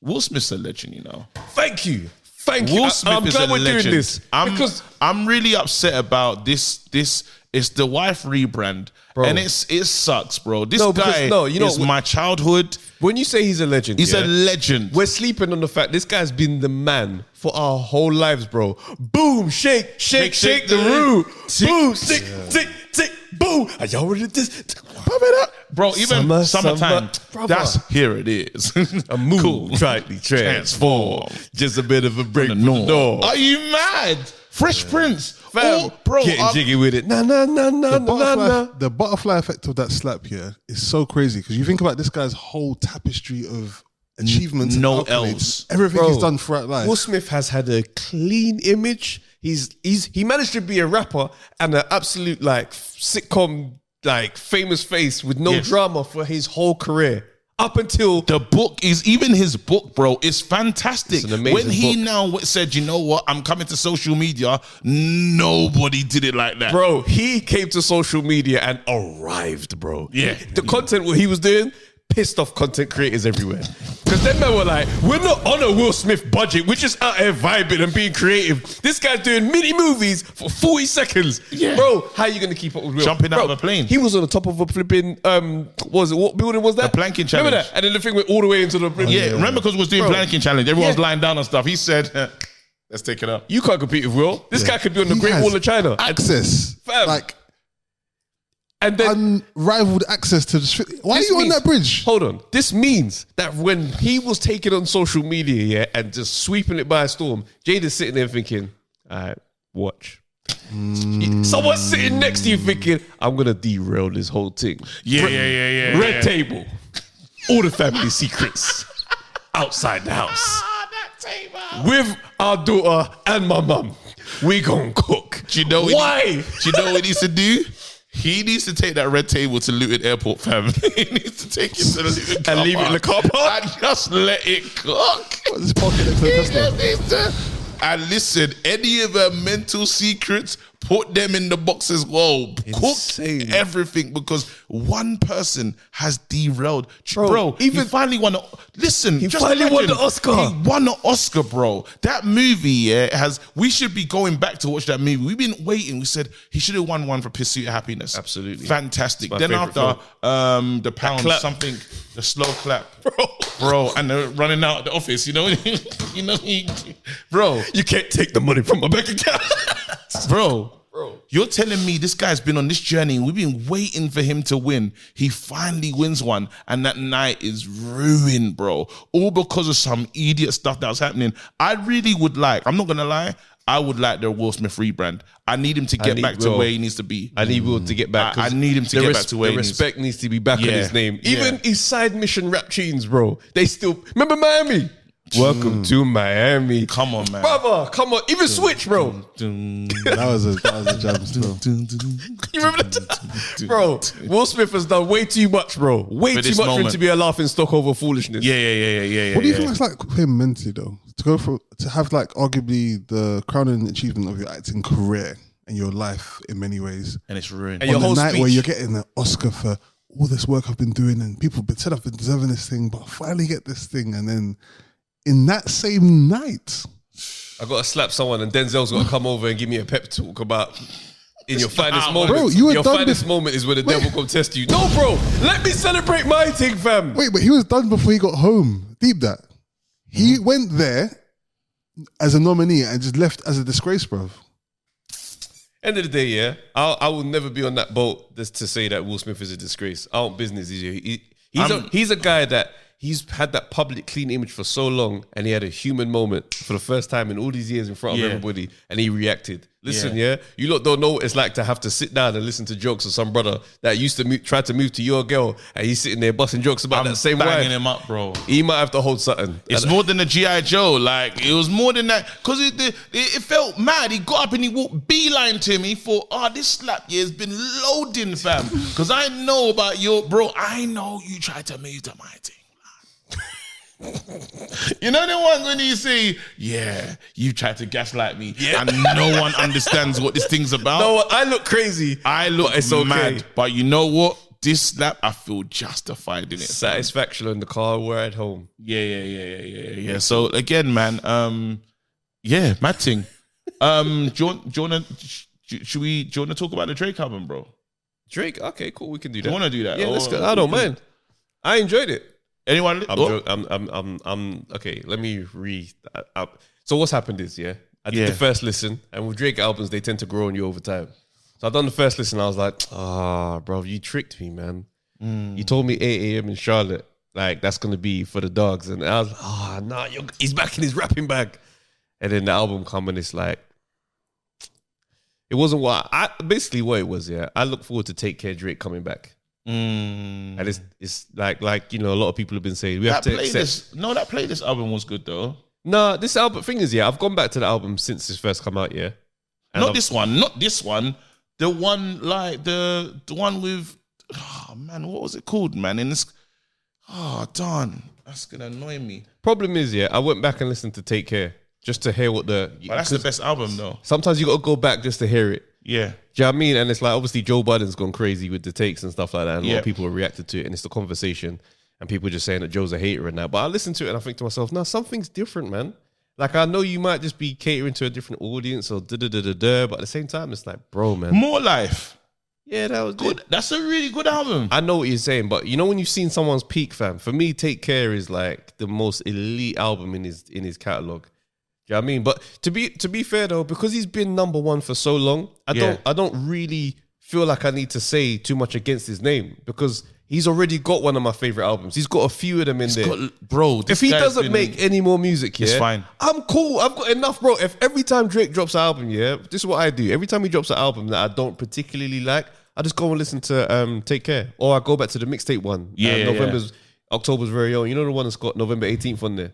S2: Will Smith's a legend. You know.
S1: Thank you, thank you.
S2: Will
S1: I-
S2: Smith
S1: I'm
S2: is
S1: glad
S2: a
S1: we're
S2: legend.
S1: doing this
S2: I'm,
S1: because
S2: I'm really upset about this. This it's the wife rebrand, and it's it sucks, bro. This
S1: No, because-
S2: guy
S1: no, you know
S2: is
S1: what-
S2: my childhood.
S1: when you say he's a legend,
S2: He's
S1: yeah,
S2: a legend.
S1: we're sleeping on the fact this guy's been the man for our whole lives, bro. Boom, shake, shake,
S2: Shake,
S1: shake,
S2: shake
S1: the
S2: the-
S1: room. Boom, tick, tick, tick, boom. Are y'all ready to this? Pump it up.
S2: Bro, even
S1: Summer,
S2: summertime.
S1: summer,
S2: that's
S1: brother.
S2: here it is. [laughs]
S1: a move
S2: Cool.
S1: [laughs] tritely transform. Just a bit of a break from the
S2: No.
S1: norm.
S2: Are you mad? Fresh Prince.
S1: Fam,
S2: Oh, bro.
S1: getting
S2: I'm-
S1: jiggy with it. Na na na na
S3: The
S1: na
S3: butterfly,
S1: na.
S3: the butterfly effect of that slap here is so crazy because you think about this guy's whole tapestry of achievements, and
S2: no
S3: accolades,
S2: else.
S3: everything
S1: Bro,
S3: he's done throughout life.
S1: Will Smith has had a clean image. He's he's he managed to be a rapper and an absolute like sitcom like famous face with no
S2: Yes.
S1: drama for his whole career. up until
S2: The book is even his book, bro. It's fantastic.
S1: It's an amazing
S2: when he
S1: book.
S2: now said, "You know what? I'm coming to social media." Nobody did it like that,
S1: bro, he came to social media and arrived, bro.
S2: Yeah.
S1: The content what he was doing pissed off content creators everywhere. Because then men were like, we're not on a Will Smith budget. We're just out here vibing and being creative. This guy's doing mini movies for 40 seconds.
S2: Yeah.
S1: Bro, how are you going to keep up with Will?
S2: Jumping out
S1: Bro,
S2: of a plane.
S1: He was on the top of a flipping, um, what was it, what building was that?
S2: The planking
S1: Remember
S2: challenge.
S1: that? And then the thing went all the way into the...
S2: Yeah, remember because we was doing
S1: Bro.
S2: planking challenge. Everyone's
S1: Yeah.
S2: lying down and stuff. He said, [laughs] "Eh, "Let's take it up."
S1: You can't compete with Will. This guy could be on the
S3: He
S1: Great
S3: has
S1: Wall of China.
S3: Access,
S1: Fam.
S3: like
S1: And then...
S3: unrivaled access to the street. Why
S1: This
S3: are you
S1: means-
S3: on that
S1: [laughs]
S3: bridge?
S1: Hold on. This means that when he was taking on social media, yeah, and just sweeping it by a storm, Jada's sitting there thinking, all right, watch.
S2: Mm.
S1: Someone's sitting next to you thinking, I'm going to derail this whole thing.
S2: Yeah, yeah, yeah, yeah.
S1: Red
S2: yeah.
S1: table, all the
S2: [laughs]
S1: family secrets outside the house
S2: Ah, that table.
S1: with our daughter and my mum. We gonna cook.
S2: Do you know what he-
S1: why?
S2: Do you know what he needs to do? He needs to take that red table to Luton Airport, fam. [laughs] he needs to take it to the Luton car
S1: And leave it in the
S2: park
S1: car park?
S2: and just let it cook.
S3: This pocket next to the
S2: He
S3: customer.
S2: just needs to- [laughs] And listen, any of her mental secrets, put them in the box as well.
S1: Insane.
S2: Cook everything because one person has derailed. Bro,
S1: Bro,
S2: even
S1: even-
S2: he finally won. A, listen, he
S1: finally won the Oscar.
S2: He won an Oscar, bro. That movie yeah, has. We should be going back to watch that movie. We've been waiting. We said he should have won one for Pursuit of Happiness.
S1: Absolutely.
S2: fantastic.
S1: my
S2: Then
S1: favorite
S2: after um, the pound
S1: clap.
S2: something, the
S1: [laughs]
S2: slow clap, bro, bro, Oh, and they're running out of the office. You know, [laughs] you know, he, bro,
S1: [laughs] You can't take the money from my bank account.
S2: bro. You're telling me this guy's been on this journey. We've been waiting for him to win. He finally wins one, and that night is ruined, bro. All because of some idiot stuff that was happening. I really would like. I'm not gonna lie. I would like the Will Smith rebrand. I need him to get
S1: need
S2: back to
S1: Will.
S2: where he needs to be.
S1: I need Will to get back.
S2: I- I
S1: 'cause
S2: need him to
S1: the
S2: get back to where
S1: the
S2: he needs-
S1: respect needs to be back on
S2: Yeah,
S1: his name.
S2: yeah.
S1: Even his side mission rap tunes, bro. They still remember Miami. Welcome to Miami,
S2: Mm. Come on, man.
S1: brother. Come on, even Switch, bro.
S3: That was a that was a jam [laughs] still.
S1: [laughs] You remember that, bro? Will Smith has done way too much, bro. Way
S2: For
S1: too
S2: this
S1: much for him
S2: moment.
S1: to be a laughing stock over foolishness.
S2: [laughs] Yeah, yeah, yeah, yeah, yeah. yeah,
S3: What do you
S2: yeah.
S3: think that's like for him mentally though? To go for to have like arguably the crowning achievement of your acting career and your life in many ways.
S2: And it's ruined.
S1: And your
S3: on the
S1: whole
S3: night
S1: speech.
S3: where you're getting an Oscar for all this work I've been doing and people have been said I've been deserving this thing, but I finally get this thing and then in that same night,
S1: I gotta slap someone, and Denzel's gotta come over and give me a pep talk about. In
S2: [laughs]
S1: your finest
S2: hour.
S1: moment,
S3: Bro, you were
S1: your
S3: done
S1: finest
S3: bef-
S1: moment is where the devil come test you. No, bro, let me celebrate my thing, fam.
S3: Wait, but he was done before he got home. Deep that. He
S1: Mm-hmm.
S3: went there as a nominee and just left as a disgrace, bro.
S1: End of the day, yeah, I'll, I will never be on that boat just to say that Will Smith is a disgrace. I don't business is you. He, he's,
S2: I'm-
S1: a, he's a guy that he's had that public clean image for so long, and he had a human moment for the first time in all these years in front
S2: Yeah.
S1: of everybody, and he reacted. Listen, yeah,
S2: Yeah.
S1: you lot don't know what it's like to have to sit down and listen to jokes of some brother that used to mo- try to move to your girl, and he's sitting there busting jokes about
S2: I'm
S1: that same
S2: banging
S1: wife.
S2: him up, bro.
S1: He might have to hold something.
S2: It's more than a GI Joe. Like it was more than that because it, it it felt mad. He got up and he walked beeline to me for ah this slap yeah has been
S1: [laughs]
S2: loading fam because I know about your bro. I know you tried to move to my team. [laughs] You know the ones when you say, "Yeah, you tried to gaslight me," and no one understands what this thing's about.
S1: no, I look crazy.
S2: I look
S1: But it's okay.
S2: mad, but you know what? This slap, I feel justified in it.
S1: Satisfaction in the car, we're at home.
S2: Yeah, yeah, yeah, yeah, yeah, yeah, yeah. So again, man, um, yeah, mad thing. Um, do you want, do you want to, should we, do you want to talk about the Drake album, bro?
S1: Drake, okay, cool, we can do that. Oh,
S2: Do you want to do that?
S1: Yeah, let's
S2: Or-
S1: go. I don't mind. I enjoyed it.
S2: Anyone?
S1: I'm,
S2: oh,
S1: jo- I'm, I'm, I'm, I'm, okay, let me re. I, I, so, what's happened is, yeah, I did
S2: Yeah.
S1: the first listen, and with Drake albums, they tend to grow on you over time. So, I done the first listen, I was like, ah, bro, you tricked me, man. You told me 8 a.m. in Charlotte, like, that's going to be for the dogs. And I was like, ah, nah, you're, he's back in his rapping bag. And then the album come, and it's like, it wasn't what I basically what it was. Yeah, I look forward to Take Care Drake coming back.
S2: mm,
S1: And it's it's like like you know a lot of people have been saying we have
S2: that
S1: to accept.
S2: playlist. No, that playlist album was good though.
S1: No, this album thing is yeah. I've gone back to the album since it's first come out. Yeah, And
S2: not
S1: I've-
S2: this one. Not this one. The ah, one like the the one with, oh man, what was it called, man? In this, Oh, darn. That's gonna annoy me.
S1: Problem is, yeah, I went back and listened to Take Care just to hear what the.
S2: But that's the best album though.
S1: sometimes you got to go back just to hear it.
S2: Yeah.
S1: Do you know what I mean? And it's like obviously Joe Biden's gone crazy with the takes and stuff like that. And a lot
S2: Yeah.
S1: of people have reacted to it, and it's the conversation, and people just saying that Joe's a hater and that. But I listen to it and I think to myself, no, something's different, man. Like I know you might just be catering to a different audience or da da da da da, but at the same time, it's like, bro, man,
S2: More Life.
S1: yeah, that was
S2: Good. That's a really good album.
S1: I know what you're saying, but you know when you've seen someone's peak, fam. For me, Take Care is like the most elite album in his in his catalog. Do you know what I mean? But to be to be fair though, because he's been number one for so long, I
S2: Yeah.
S1: don't I don't really feel like I need to say too much against his name because he's already got one of my favorite albums. He's got a few of them in there.
S2: Got- bro, this
S1: if he
S2: guy's
S1: doesn't
S2: been-
S1: make any more music, yeah,
S2: fine.
S1: I'm cool. I've got enough, bro. If every time Drake drops an album, yeah, this is what I do. Every time he drops an album that I don't particularly like, I just go and listen to um, Take Care, or I go back to the mixtape one. Um,
S2: Yeah, yeah,
S1: November's, October's very own. You know the one that's got November 18th on there.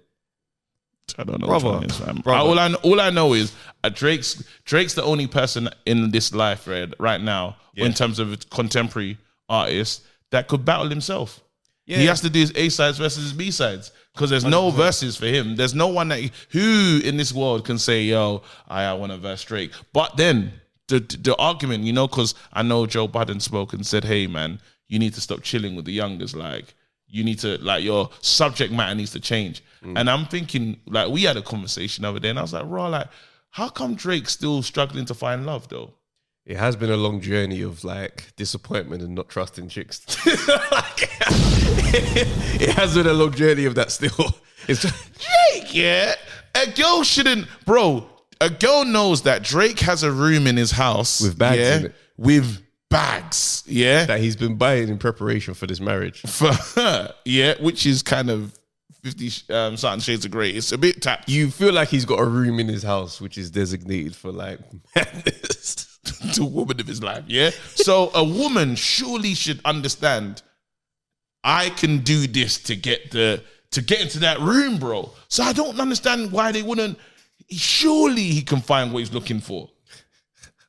S2: I don't know.
S1: Brother.
S2: which one it is, fam.
S1: Brother.
S2: All I all I know is uh, Drake's Drake's the only person in this life right right now in terms of contemporary artists that could battle himself. He has to do his A sides versus his B sides because there's no verses for him. There's no one that he- who in this world can say, "Yo, I, I want to verse Drake." But then the the argument, you know, because I know Joe Biden spoke and said, "Hey, man, you need to stop chilling with the youngers. Like, you need to like your subject matter needs to change." And I'm thinking, like, we had a conversation the other day, and I was like, "Raw, like, how come Drake's still struggling to find love though?"
S1: It has been a long journey of like disappointment and not trusting chicks. [laughs] Like, [laughs] it has been a long journey of that still. [laughs] It's
S2: Drake, yeah. A girl shouldn't, bro. A girl knows that Drake has a room in his house
S1: With bags
S2: yeah,
S1: in it.
S2: with bags, yeah,
S1: that he's been buying in preparation for this marriage.
S2: for her, yeah, which is kind of Fifty sh- um, Certain Shades of Grey. It's a bit tapped.
S1: you feel like he's got a room in his house which is designated for like madness.
S2: [laughs] to a woman of his life, yeah. So a woman surely should understand. I can do this to get the to get into that room, bro. So I don't understand why they wouldn't. Surely he can find what he's looking for.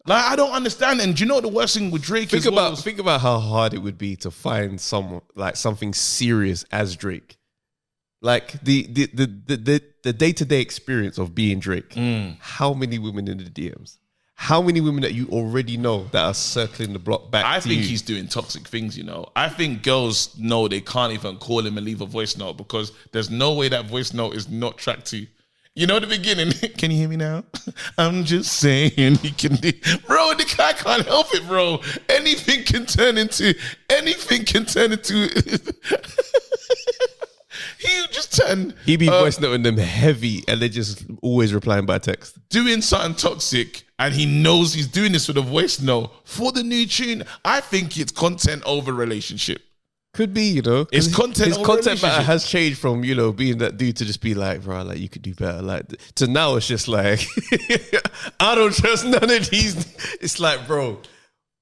S2: Like I don't understand. And do you know the worst thing with Drake
S1: think
S2: as well
S1: about
S2: is-
S1: think about how hard it would be to find some like something serious as Drake. Like the the the the the, the day-to-day experience of being Drake.
S2: Mm.
S1: How many women in the DMs? How many women that you already know that are circling the block back?
S2: I
S1: to
S2: think
S1: you?
S2: he's doing toxic things, you know. I think girls know they can't even call him and leave a voice note because there's no way that voice note is not tracked to. You know the beginning. [laughs] Can you hear me now? I'm just saying he can do Bro, the guy can't help it, bro. Anything can turn into anything can turn into [laughs] He just turned uh,
S1: he be voice noting them heavy and they just always replying by text.
S2: doing something toxic and he knows he's doing this with a voice note for the new tune. I think it's content over relationship.
S1: Could be, you know. 'cause
S2: It's
S1: his-
S2: content
S1: His
S2: or
S1: content
S2: relationship.
S1: matter has changed from you know being that dude to just be like, bro, like you could do better. Like th- to now, it's just like [laughs] I don't trust none of these. It's like, bro,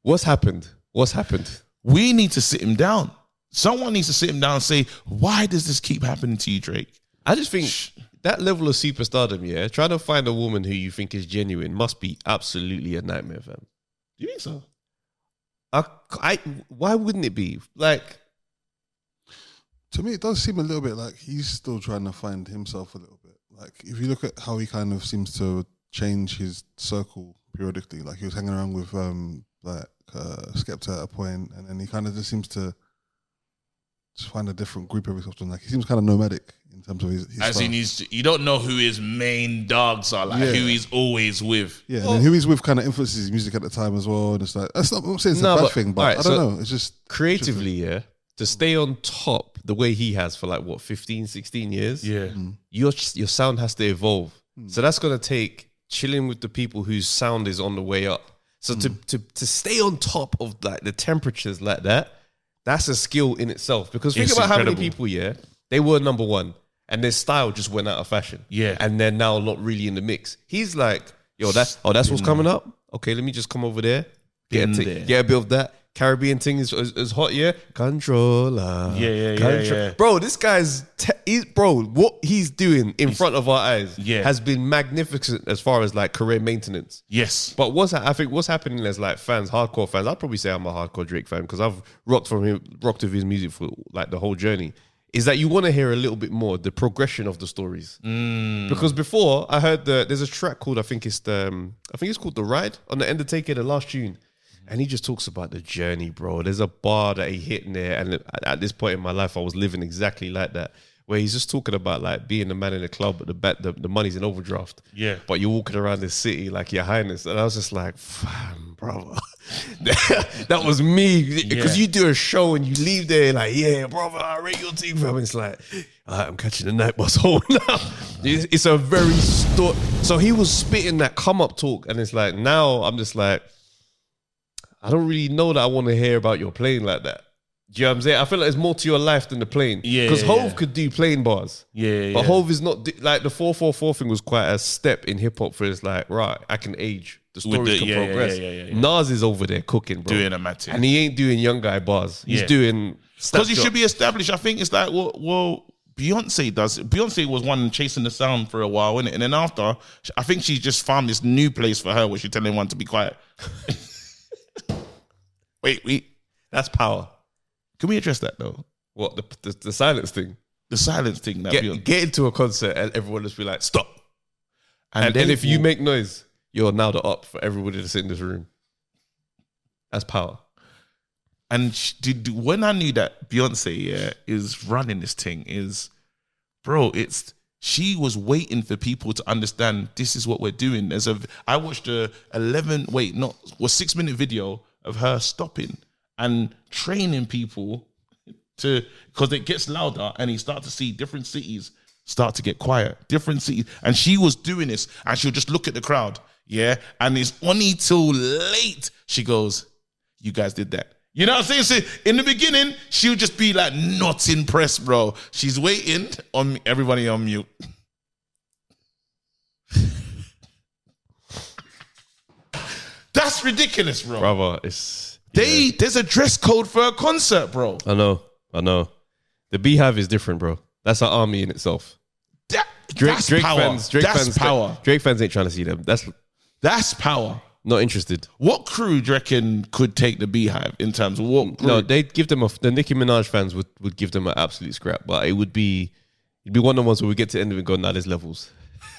S1: what's happened? What's happened?
S2: we need to sit him down. Someone needs to sit him down and say, why does this keep happening to you, Drake?
S1: I just think that level of superstardom, yeah, trying to find a woman who you think is genuine must be absolutely a nightmare, fam.
S2: Do you think so?
S1: I, I, why wouldn't it be like?
S3: to me, it does seem a little bit like he's still trying to find himself a little bit. Like if you look at how he kind of seems to change his circle periodically, like he was hanging around with um like uh, Skepta at a point, and then he kind of just seems to just find a different group every so often. Like he seems kind of nomadic in terms of his. his
S2: As
S3: style.
S2: in, he's, you don't know who his main dogs are, like
S3: Yeah.
S2: who he's always with.
S3: yeah, and then who he's with kind of influences his music at the time as well, and it's like that's not I'm not saying it's
S1: No,
S3: a bad
S1: but-
S3: thing, but
S1: alright,
S3: I don't
S1: so
S3: know. It's just
S1: creatively, yeah, to stay on top the way he has for like what 15, 16 years.
S2: Yeah.
S1: Your your sound has to evolve. So that's gonna take chilling with the people whose sound is on the way up. So to, to to stay on top of like the temperatures like that, that's a skill in itself. Because think
S2: It's
S1: about how many
S2: incredible.
S1: people, yeah, they were number one and their style just went out of fashion.
S2: Yeah.
S1: And they're now not really in the mix. He's like, yo, that's oh, that's what's coming up. Okay, let me just come over there. Get
S2: Been
S1: a, ti-
S2: there.
S1: get a bit of that. Caribbean thing is, is, is hot, yeah. Controller,
S2: Yeah, yeah, yeah, yeah.
S1: Bro, this guy's te- he's, bro. What he's doing in front of our eyes,
S2: Yeah.
S1: has been magnificent as far as like career maintenance.
S2: Yes.
S1: But what's I think what's happening as like fans, hardcore fans. I'd probably say I'm a hardcore Drake fan because I've rocked from him, rocked with his music for like the whole journey. is that you want to hear a little bit more the progression of the stories. Because before I heard the there's a track called I think it's the um, I think it's called The Ride on the Undertaker, the last tune. And he just talks about the journey, bro. There's a bar that he hit in there, and at- at this point in my life, I was living exactly like that, where he's just talking about like being the man in the club, but the bet the, the money's in overdraft.
S2: Yeah.
S1: but you're walking around the city like your highness, and I was just like, fam, brother, [laughs] that was me. Because
S2: Yeah.
S1: you do a show and you leave there like, yeah, brother, I rate your team, fam. It's like, all right, I'm catching the night bus [laughs] home now. It's, it's a very sto- so he was spitting that come up talk, and it's like now I'm just like. I don't really know that I want to hear about your plane like that. Do you know what I'm saying? I feel like it's more to your life than the plane.
S2: Yeah,
S1: Because
S2: yeah,
S1: Hove
S2: yeah.
S1: could do plane bars.
S2: Yeah,
S1: But
S2: yeah.
S1: Hove is not like the 444 thing was quite a step in hip hop for it's like, right, I can age. The
S2: With
S1: story
S2: the-
S1: can
S2: yeah, yeah,
S1: progress.
S2: yeah, yeah, yeah,
S1: Nas is over there cooking, bro.
S2: Doing a matic.
S1: And he ain't doing young guy bars. He's
S2: Yeah.
S1: doing
S2: because you should be established. I think it's like well, well, Beyonce does. it. Beyonce was one chasing the sound for a while, innit? And then after, sh- I think she just found this new place for her where she's telling everyone to be
S1: [laughs]
S2: quiet. wait, wait,
S1: That's power.
S2: can we address that though?
S1: What? The, the, the silence thing.
S2: The silence thing that
S1: Get,
S2: Beyonce,
S1: get into a concert and everyone just be like, stop.
S2: and,
S1: and then if you
S2: will-
S1: make noise, you're now the up for everybody that's in this room. That's power.
S2: and sh- did when I knew that Beyonce yeah, is running this thing is, bro, it's she was waiting for people to understand this is what we're doing. There's a I watched a eleven wait not was six minute video of her stopping and training people to because it gets louder and you start to see different cities start to get quiet different cities and she was doing this and she'll just look at the crowd yeah and it's only till late she goes you guys did that you know what I'm saying? So in the beginning, she'll just be like, not impressed, bro. She's waiting on everybody on mute. [laughs] That's ridiculous, bro.
S1: Brother, it's
S2: They there's a dress code for a concert, bro.
S1: I know, I know. The Beehive is different, bro. That's an army in itself.
S2: That,
S1: Drake,
S2: that's
S1: Drake
S2: power.
S1: fans, Drake
S2: that's
S1: fans,
S2: power.
S1: Drake fans ain't trying to see them. That's
S2: That's power.
S1: not interested.
S2: What crew do you reckon could take the Beehive in terms of what? Group?
S1: No, they give them a. The Nicki Minaj fans would, would give them an absolute scrap, but it would be it'd be one of the ones where we get to the end of it and go, nah, there's levels.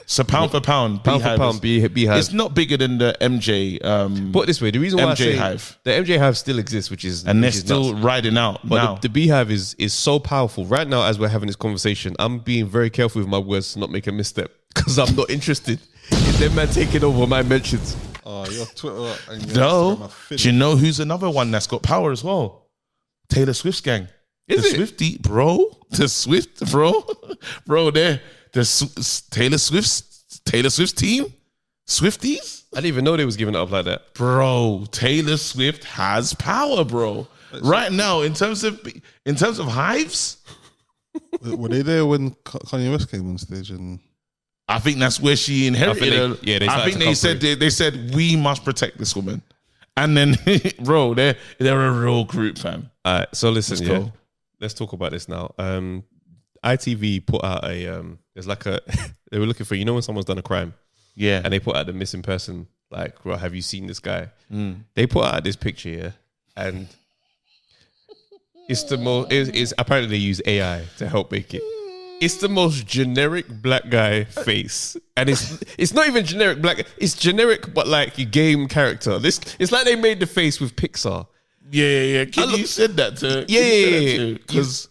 S2: so pound for pound,
S1: Pound
S2: Beehive
S1: for pound,
S2: is-
S1: Bee- Beehive.
S2: it's not bigger than the MJ. Um,
S1: Put it this way, the reason why I
S2: MJ
S1: say
S2: Hive.
S1: the MJ Hive still exists, which is
S2: and they're
S1: which is nuts.
S2: still riding out
S1: But
S2: now.
S1: the, the beehive is is so powerful right now. As we're having this conversation, I'm being very careful with my words to not make a misstep because I'm not [laughs] interested in them man taking over my mentions.
S3: Oh, your Twitter and your Instagram
S2: no,
S3: are finished.
S2: do you know who's another one that's got power as well? Taylor Swift's gang.
S1: Is
S2: the
S1: it?
S2: Swifty, bro? [laughs] The Swift, bro, [laughs] bro. There, the Sw- Taylor Swift's Taylor Swift's team, Swifties.
S1: I didn't even know they was giving it up like that.
S2: bro taylor swift has power bro right now in terms of in terms of hives
S3: Were- Were they there when Ka- Kanye West came on stage and
S2: i think that's where she inherited
S1: I
S2: her.
S1: think they- yeah, they
S2: i
S1: started
S2: think
S1: to
S2: they
S1: come
S2: said they, they said we must protect this woman and then [laughs] bro they're they're a real group fam
S1: All right, so listen,
S2: Let's
S1: yeah,
S2: go.
S1: let's talk about this now. Um, ITV put out a um, there's like a [laughs] they were looking for you know when someone's done a crime
S2: yeah
S1: and they put out the missing person like well, have you seen this guy? They put out this picture here and. It's the most. It's, it's apparently they use AI to help make it. It's the most generic black guy face, and it's it's not even generic black. It's generic, but like a game character. This it's like they made the face with Pixar.
S2: yeah yeah yeah Can
S1: look-
S2: you said that to
S1: Yeah, yeah, yeah, yeah.
S2: because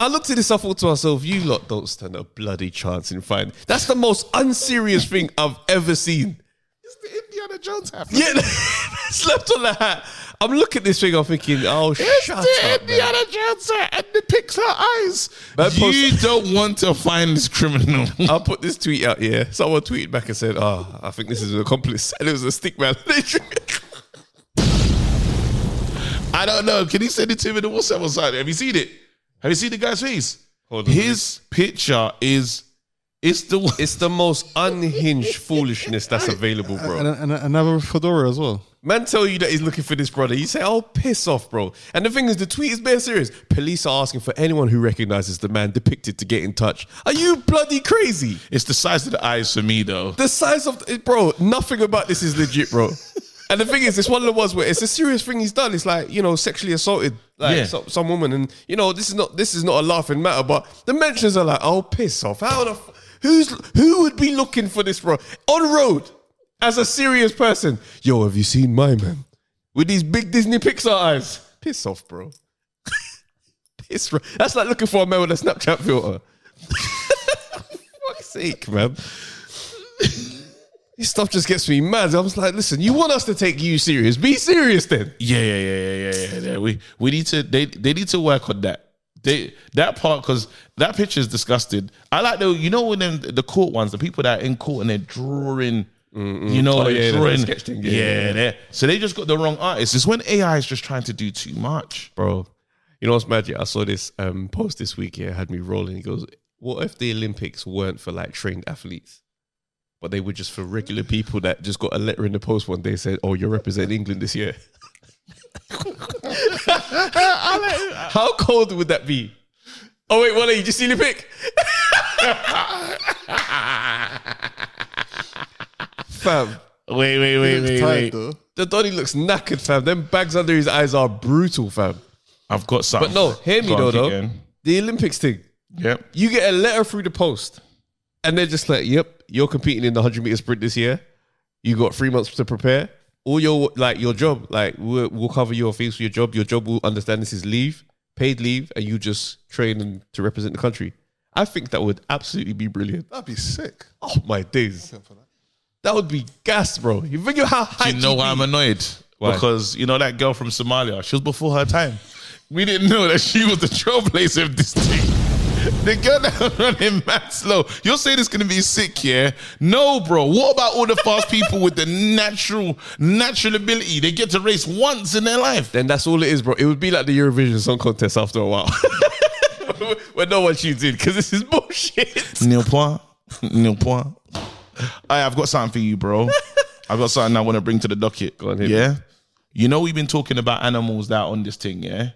S1: I looked at this, I thought to myself, you lot don't stand a bloody chance in fighting. That's the most unserious thing I've ever seen.
S2: it's the indiana jones hat
S1: Yeah, [laughs] it's left on the hat. I'm looking at this thing, I'm thinking, oh,
S2: It's
S1: shut
S2: the
S1: up. Man.
S2: Indiana Jones hat and the Pixar eyes.
S1: That post-
S2: you don't want to find this criminal.
S1: I put this tweet out, yeah. Someone tweeted back and said, oh, I think this is an accomplice. And [laughs] it was a stick man.
S2: I don't know. Can you send it to me in the WhatsApp or something? Have you seen it? Have you seen the guy's face?
S1: Hold on,
S2: His picture is it's the one.
S1: it's the most unhinged foolishness that's available, bro.
S3: and, and, and another fedora as well?
S1: Man tell you that he's looking for this brother. You say, oh, piss off, bro. And the thing is, the tweet is being serious. Police are asking for anyone who recognizes the man depicted to get in touch. Are you bloody crazy?
S2: It's the size of the eyes for me though.
S1: The size of, bro, nothing about this is legit, bro. And the thing is, it's one of the ones where it's a serious thing he's done. It's like you know, sexually assaulted like
S2: Yeah.
S1: so- some woman, and you know, this is not this is not a laughing matter. But the mentions are like, oh, piss off! How the f- who's who would be looking for this bro on road as a serious person? Yo, have you seen my man with these big Disney Pixar eyes? Piss off, bro. [laughs] piss. Bro. That's like looking for a man with a Snapchat filter. [laughs] Fuck's sake, man. This stuff just gets me mad. I was like, listen, you want us to take you serious? Be serious then.
S2: Yeah, yeah, yeah, yeah, yeah, yeah, yeah. We we need to they they need to work on that. They that part because that picture is disgusting. I like the you know when them the court ones, the people that are in court and they're drawing. You know, they're
S1: Oh, yeah, the
S2: drawing.
S1: sketch thing, yeah,
S2: yeah,
S1: yeah, yeah.
S2: they're- so they just got the wrong artist. It's when AI is just trying to do too much.
S1: Bro, you know what's magic? I saw this um, post this week, yeah, had me rolling. He goes, What if the Olympics weren't for like trained athletes? But they were just for regular people that just got a letter in the post one day said, Oh, you're representing England this year. [laughs] How cold would that be? Oh wait, what are you just seen the pic? [laughs] Fam,
S2: Wait, wait, wait,
S3: It's
S2: wait,
S3: tight
S2: wait.
S3: though.
S1: the Donny looks knackered, fam. Them bags under his eyes are brutal, fam.
S2: I've got something.
S1: But no, hear me
S2: Go on,
S1: though,
S2: keep
S1: though.
S2: going.
S1: The Olympics thing.
S2: Yep.
S1: You get a letter through the post, and they're just like, "Yep, you're competing in the 100 meter sprint this year. You got three months to prepare. All your like your job, like we'll, we'll cover your fees for your job. Your job will understand this is leave, paid leave, and you just train and to represent the country." I think that would absolutely be brilliant.
S3: That'd be sick.
S1: Oh my days, that would be gas, bro. You figure how high
S2: Do you know why I'm annoyed? Because you know that girl from Somalia, she was before her time. We didn't know that she was the trailblazer of this thing. [laughs] The girl that was running mad slow. You're saying it's gonna be sick, yeah? No, bro. What about all the fast people with the natural, natural ability? They get to race once in their life.
S1: Then that's all it is, bro. It would be like the Eurovision Song Contest after a while, [laughs] when no one tunes in because this is bullshit.
S2: Nil [laughs] point. Nil point. I, I've got something for you, [laughs] bro. I've got something I want to bring to the docket.
S1: on, hit me.
S2: yeah. You know, we've been talking about animals that are on this thing, yeah?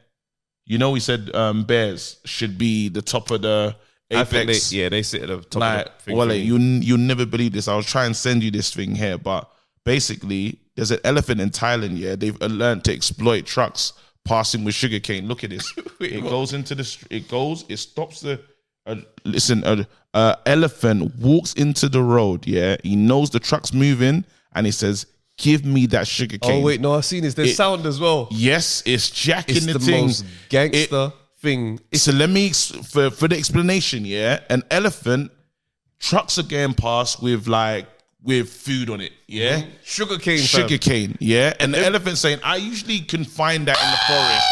S2: You know, we said um, bears should be the top of the
S1: I think they,
S2: apex.
S1: yeah, they sit at the top
S2: like,
S1: of the thing.
S2: well,
S1: for me.
S2: you, you'll never believe this. I'll try and send you this thing here, but basically, there's an elephant in Thailand, yeah? They've uh, learned to exploit trucks passing with sugarcane. Look
S1: [laughs]
S2: at this. it goes into the, str- it goes, it stops the, a, listen, a, a elephant walks into the road. Yeah, he knows the truck's moving, and he says, "Give me that sugar
S1: Oh
S2: cane."
S1: wait, no, I've seen this. There's
S2: It-
S1: sound as well.
S2: yes, it's jacking
S1: It's
S2: the,
S1: the,
S2: thing.
S1: most gangster thing.
S2: It- so let me ex- for for the explanation. Yeah, an elephant trucks are getting past with like with food on it. Yeah.
S1: Sugar cane.
S2: Sugar cane, yeah, and the elephant saying, "I usually can find that in the forest."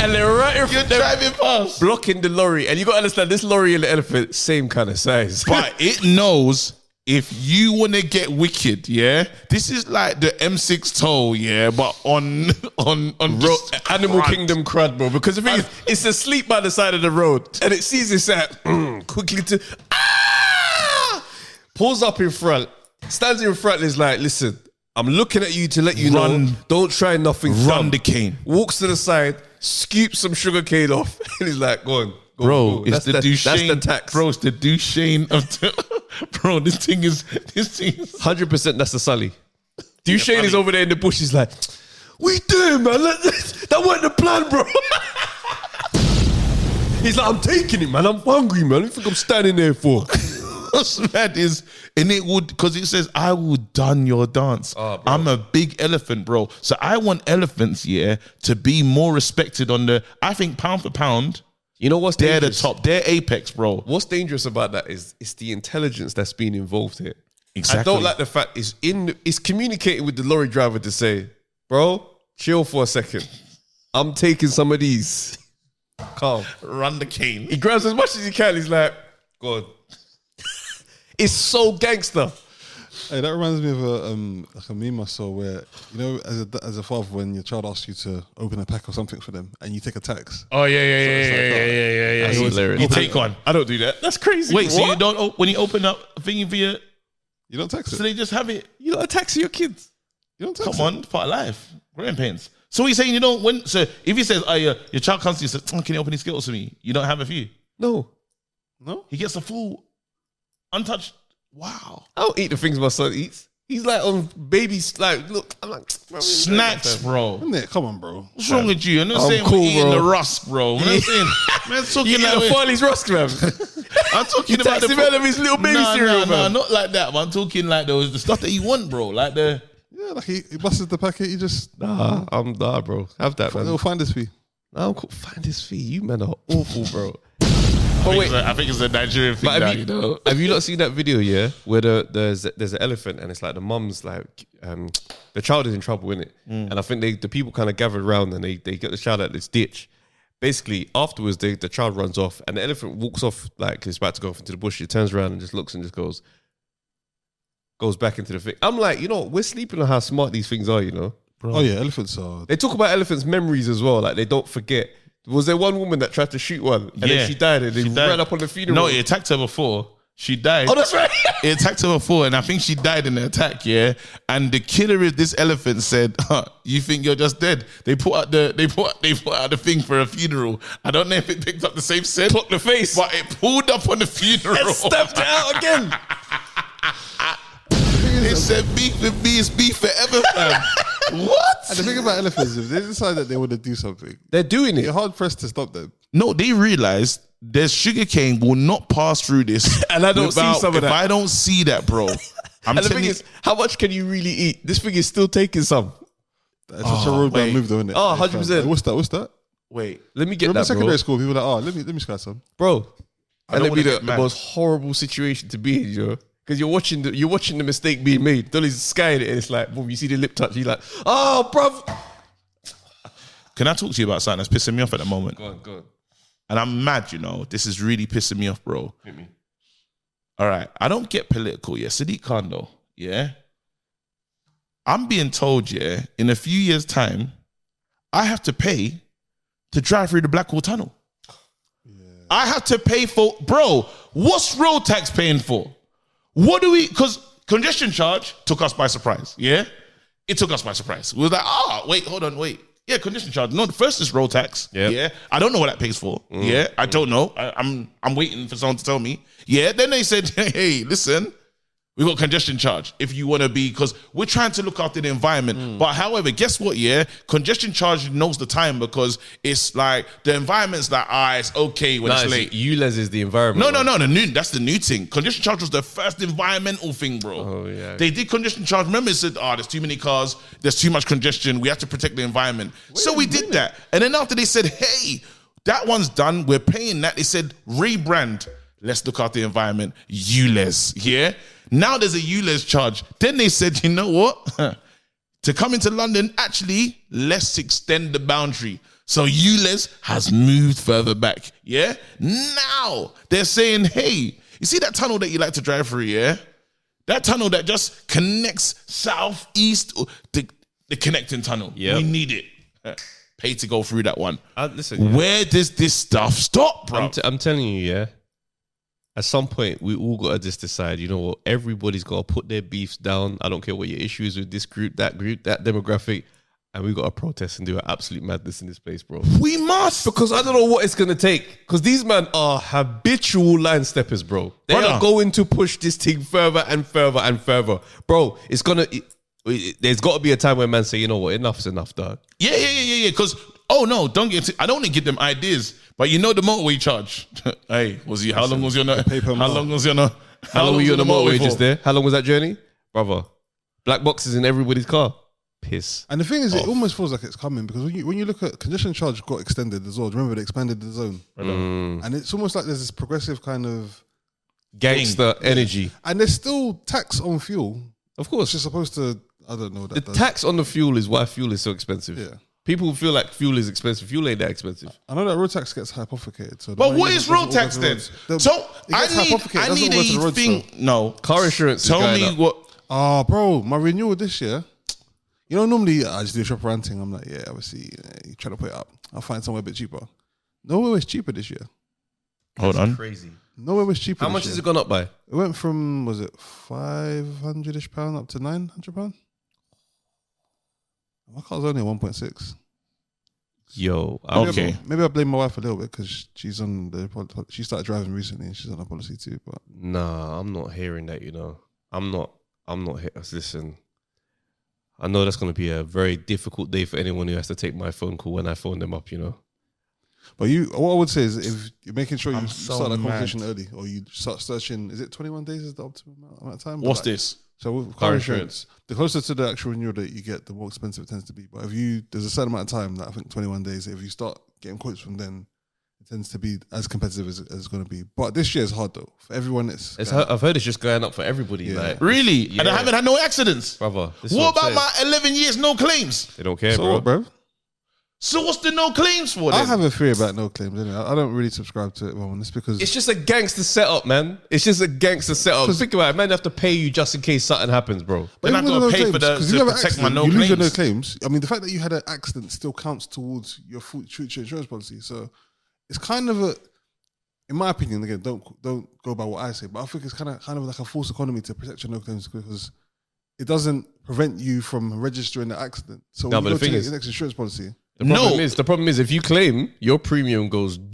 S1: and they're right in
S2: You're
S1: front, [laughs] they're
S2: driving past,
S1: blocking the lorry, and you gotta understand this lorry and the elephant, same kind of size. [laughs]
S2: but it knows if you want to get wicked, yeah. This is like the M6 toll, yeah, but on [laughs] on on
S1: Bro,
S2: just
S1: Animal
S2: front.
S1: Kingdom crud, bro. Because the thing is, it's asleep by the side of the road, and it sees this at mm, quickly to ah, pulls up in front, stands in front, and is like, "Listen, I'm looking at you to let you know.
S2: Run.
S1: Don't try nothing.
S2: Run
S1: dumb."
S2: the cane.
S1: walks to the side, scoops some sugar cane off, [laughs] and he's like, "Go on, go on, go
S2: Bro,
S1: on."
S2: it's the, Duchesne.
S1: That's the tax.
S2: Bro, it's the Duchesne of the, [laughs] Bro, this thing is this thing is
S1: hundred percent. That's the Sully. Duchesne is over there in the bush. He's like, "We doing, man? Let- That, wasn't the plan, bro." [laughs] he's like, "I'm taking it, man. I'm hungry, man. What do you think I'm standing there for?"
S2: what's mad is and it would because it says I will done your dance.
S1: Ah,
S2: I'm a big elephant, bro. So I want elephants, yeah, to be more respected on the I think pound for pound,
S1: You know what's
S2: they're the
S1: dangerous?
S2: top, they're apex, bro.
S1: What's dangerous about that is it's the intelligence that's been involved here. I
S2: Exactly.
S1: don't like the fact it's in it's communicating with the lorry driver to say, bro, chill for a second. I'm taking some of these. Calm.
S2: Run the cane.
S1: He grabs as much as he can. He's like, God. [laughs] it's so gangster.
S3: Hey, that reminds me of a um, like a meme I saw where you know, as a as a father, when your child asks you to open a pack or something for them, and you take a tax.
S2: Oh yeah, yeah, yeah, yeah,
S3: like,
S2: yeah, yeah, yeah, yeah.
S1: That's
S2: You-
S1: hilarious.
S2: You take on.
S1: I don't do that. That's crazy.
S2: Wait, so you
S1: What?
S2: don't op- when you open up thingy for your
S3: You don't tax
S2: so
S3: it.
S2: they just have it.
S1: you lot tax your kids.
S3: You don't tax
S2: Come
S3: it.
S2: on, it's part of life. Growing pains. So he's saying you don't when so if he says, Oh yeah, your child comes to you and says, "Mm, Can you open these skittles for me? You don't have a few.
S1: No.
S3: No,
S2: He gets a full untouched. Wow.
S1: I don't eat the things my son eats. He's like on baby like look. I'm like bro, we-
S2: Snacks, bro.
S3: Isn't it? Come on, bro.
S2: What's wrong with you? I'm not
S4: I'm
S2: saying
S4: cool,
S2: we're eating
S4: bro.
S2: the rust, bro. I'm not [laughs] saying. Man,
S4: You
S2: talking
S4: get the
S2: like we're-
S4: Farley's Rusk,
S1: [laughs]
S4: man.
S2: I'm [laughs] talking about
S4: Taxi
S2: the
S4: man of his little baby
S2: Nah,
S4: cereal,
S2: nah, nah,
S4: man.
S2: not like that. But I'm talking like those the stuff that you want, bro. Like the
S3: Yeah, like he, he busted the packet. He just
S1: Nah, I'm nah, bro. Have that, man.
S3: it'll find his fee.
S1: I'm cool. Find his feet. You men are awful, [laughs] bro. Oh,
S2: I think, it's a, I think it's a Nigerian thing.
S1: But
S2: that,
S1: have you,
S2: you know.
S1: [laughs] have you not seen that video? Yeah, where the there's there's an elephant and it's like the mum's like um the child is in trouble in it,
S2: Mm.
S1: and I think they the people kind of gathered around and they they get the child out this ditch. Basically, afterwards, they, the child runs off and the elephant walks off like it's about to go off into the bush. It turns around and just looks and just goes, goes back into the thing. I'm like, you know, what? we're sleeping on how smart these things are. You know,
S3: Oh yeah, elephants are.
S1: they talk about elephants' memories as well. Like they don't forget. Was there one woman that tried to shoot one and
S2: Yeah.
S1: then she died and they
S2: She died.
S1: ran up on the funeral?
S2: No, it attacked her before. She died.
S1: oh, that's right.
S2: [laughs] It attacked her before, and I think she died in the attack. Yeah, and the killer is this elephant said, [laughs] huh, "You think you're just dead?" They put out the they put they put out the thing for a funeral. I don't know if it picked up the same scent,
S1: Clock the face.
S2: but it pulled up on the funeral.
S1: [laughs] and
S2: [laughs]
S1: stamped it out again.
S2: They said, "Beef with me is beef forever,
S1: [laughs]
S2: fam."
S3: And
S2: what?
S3: the thing about elephants is, if they decide that they want to do something,
S1: They're doing
S3: you're
S1: it.
S3: hard pressed to stop them.
S2: No, they realized their sugarcane will not pass through this,
S1: [laughs] And I don't see some of
S2: If
S1: that.
S2: I don't see
S1: [laughs]
S2: that, bro, I'm
S1: And the
S2: telling
S1: thing
S2: you.
S1: is, how much can you really eat? This thing is still taking some.
S3: It's such a roadbound
S2: Ah, wait.
S3: move, though, isn't it?
S1: Oh, 100%.
S3: What's that? What's that?
S2: Wait,
S1: Let me get
S3: Remember
S1: that,
S3: secondary
S1: bro.
S3: school? People were like, oh, let me let me sky some.
S1: bro. And
S2: don't
S1: it'd be
S2: wanna
S1: the,
S2: get
S1: the
S2: mad.
S1: most horrible situation to be in, you know, because you're watching the you're watching the mistake being made. Dolly's skying it, and it's like, boom, you see the lip touch. You're like, oh, bro.
S2: can I talk to you about something that's pissing me off at the moment?
S1: Go on, go on.
S2: and I'm mad, you know. This is really pissing me off, bro. All right. I don't get political, yeah. Sadiq Khan, though, yeah. I'm being told, yeah, in a few years' time, I have to pay to drive through the Blackwall Tunnel. I have to pay for, bro, what's road tax paying for? What do we, because congestion charge took us by surprise, yeah? It took us by surprise. We were like, ah, wait, hold on, wait. Yeah, congestion charge. No, the first is road tax.
S1: Yeah.
S2: Yeah. I don't know what that pays for. Yeah. I don't know. I, I'm I'm waiting for someone to tell me. Yeah. Then they said, [laughs] hey, listen, we got congestion charge if you want to be, because we're trying to look after the environment. But however, guess what? Yeah, congestion charge knows the time because it's like the environment's like, ah, it's okay when
S1: Nah,
S2: it's
S1: it's-
S2: late.
S1: you les is the environment.
S2: No, no,
S1: bro.
S2: no, the new that's the new thing. Congestion charge was the first environmental thing, bro.
S1: Oh, yeah.
S2: They did congestion charge. Remember, it said, oh, there's too many cars, there's too much congestion, we have to protect the environment. so we did that. And then after they said, hey, that one's done, we're paying that, they said, rebrand, let's look after the environment, ULES, yeah? Now there's a ULES charge. Then they said, you know what? [laughs] to come into London, actually, let's extend the boundary. So ULEZ has moved further back. Yeah. Now they're saying, hey, you see that tunnel that you like to drive through, yeah? That tunnel that just connects south, east, or the, the connecting tunnel.
S1: Yep.
S2: We need it. [laughs] Pay to go through that one.
S1: Uh, listen, yeah.
S2: Where does this stuff stop, bro?
S1: I'm, t- I'm telling you, yeah. At some point, we all gotta just decide. You know what? Everybody's gotta put their beefs down. I don't care what your issue is with this group, that group, that demographic, and we gotta protest and do an absolute madness in this place, bro.
S2: we must.
S1: Because I don't know what it's gonna take. Because these men are habitual line steppers, bro. They
S2: Brother.
S1: are going to push this thing further and further and further, bro. It's gonna. It, it- there's gotta be a time when man say, you know what, enough's enough, dog.
S2: Yeah, yeah, yeah, yeah, yeah. Because oh no, don't get. T- I don't want to give them ideas, but you know the motorway charge. [laughs] hey, was you? How long was your no- How
S3: paper mile.
S2: long was your no- [laughs]
S1: How, long were you on
S2: was
S1: the motorway
S2: for?
S1: just there? How long was that journey, brother? Black boxes in everybody's car. Piss.
S3: And the thing is, it almost feels like it's coming because when you when you look at condition charge got extended as well. Remember, they expanded the zone,
S2: Mm.
S3: and it's almost like there's this progressive kind of,
S1: Gangster energy.
S3: and there's still tax on fuel,
S1: Of
S3: which
S1: course.
S3: is supposed to. I don't know what
S1: The
S3: that does.
S1: tax on the fuel is why fuel is so expensive.
S3: Yeah.
S1: People feel like fuel is expensive. Fuel ain't that expensive.
S3: I know that road tax gets hypothecated. So
S2: But what is road tax then? So I need, I need a thing. No,
S1: Car insurance.
S2: Tell me what.
S3: Ah, bro, my renewal this year. You know, normally uh, I just do shop ranting. I'm like, yeah, obviously, yeah, you try to put it up. I'll find somewhere a bit cheaper. Nowhere was cheaper this year.
S2: Hold on.
S1: Crazy.
S3: Nowhere was cheaper.
S1: How
S3: this
S1: much
S3: year.
S1: has it gone up by?
S3: It went from was it five hundred ish pound up to nine hundred pound. My car's only one point six.
S1: Yo. I'm-
S2: Okay.
S3: Maybe I blame my wife a little bit because she's on the pol- she started driving recently and she's on a policy too. But
S1: Nah, I'm not hearing that, you know. I'm not. I'm not here. I said, Listen, I know that's going to be a very difficult day for anyone who has to take my phone call when I phone them up, you know.
S3: But you, what I would say is, if you're making sure you
S2: I'm so
S3: start that
S2: mad.
S3: conversation early, or you start searching, is it 21 days is the optimum amount- amount of time?
S2: What's
S3: But like-
S2: this?
S3: So with car insurance, the closer to the actual renewal date you get, the more expensive it tends to be. But if you, there's a certain amount of time that I think 21 days. If you start getting quotes from then, it tends to be as competitive as, as it's going to be. But this year is hard though for everyone. It's,
S1: It's, I've heard it's just going up for everybody. Like,
S2: Really? And I
S1: Yeah.
S2: haven't had no accidents.
S1: brother. This is
S2: What
S1: I'm
S2: about
S1: saying.
S2: my 11 years no claims?
S1: They don't care,
S3: so
S1: bro.
S3: what, bro?
S2: So what's the no claims for?
S3: I
S2: Then?
S3: have a theory about no claims. Anyway, I I don't really subscribe to it, Roman. It's because
S1: It's just a gangster setup, man. It's just a gangster setup. Think about it. Man, they have to pay you just in case something happens, bro.
S2: Then I've
S3: even
S2: got
S3: with
S2: to pay
S3: no
S2: for
S3: claims,
S2: the
S3: 'cause
S2: to
S3: you have an
S2: protect my
S3: accident,
S2: no
S3: you lose
S2: claims.
S3: your no claims. I mean, the fact that you had an accident still counts towards your fu- future insurance policy. So it's kind of a, in my opinion, again, don't don't go by what I say, but I think it's kind of kind of like a false economy to protect your no claims because it doesn't prevent you from registering the accident. So
S1: No,
S3: when
S1: but
S3: you
S1: the
S3: go
S1: thing
S3: to
S1: is-
S3: your next insurance policy,
S1: The problem
S2: No.
S1: is, the problem is, if you claim, your premium goes [laughs]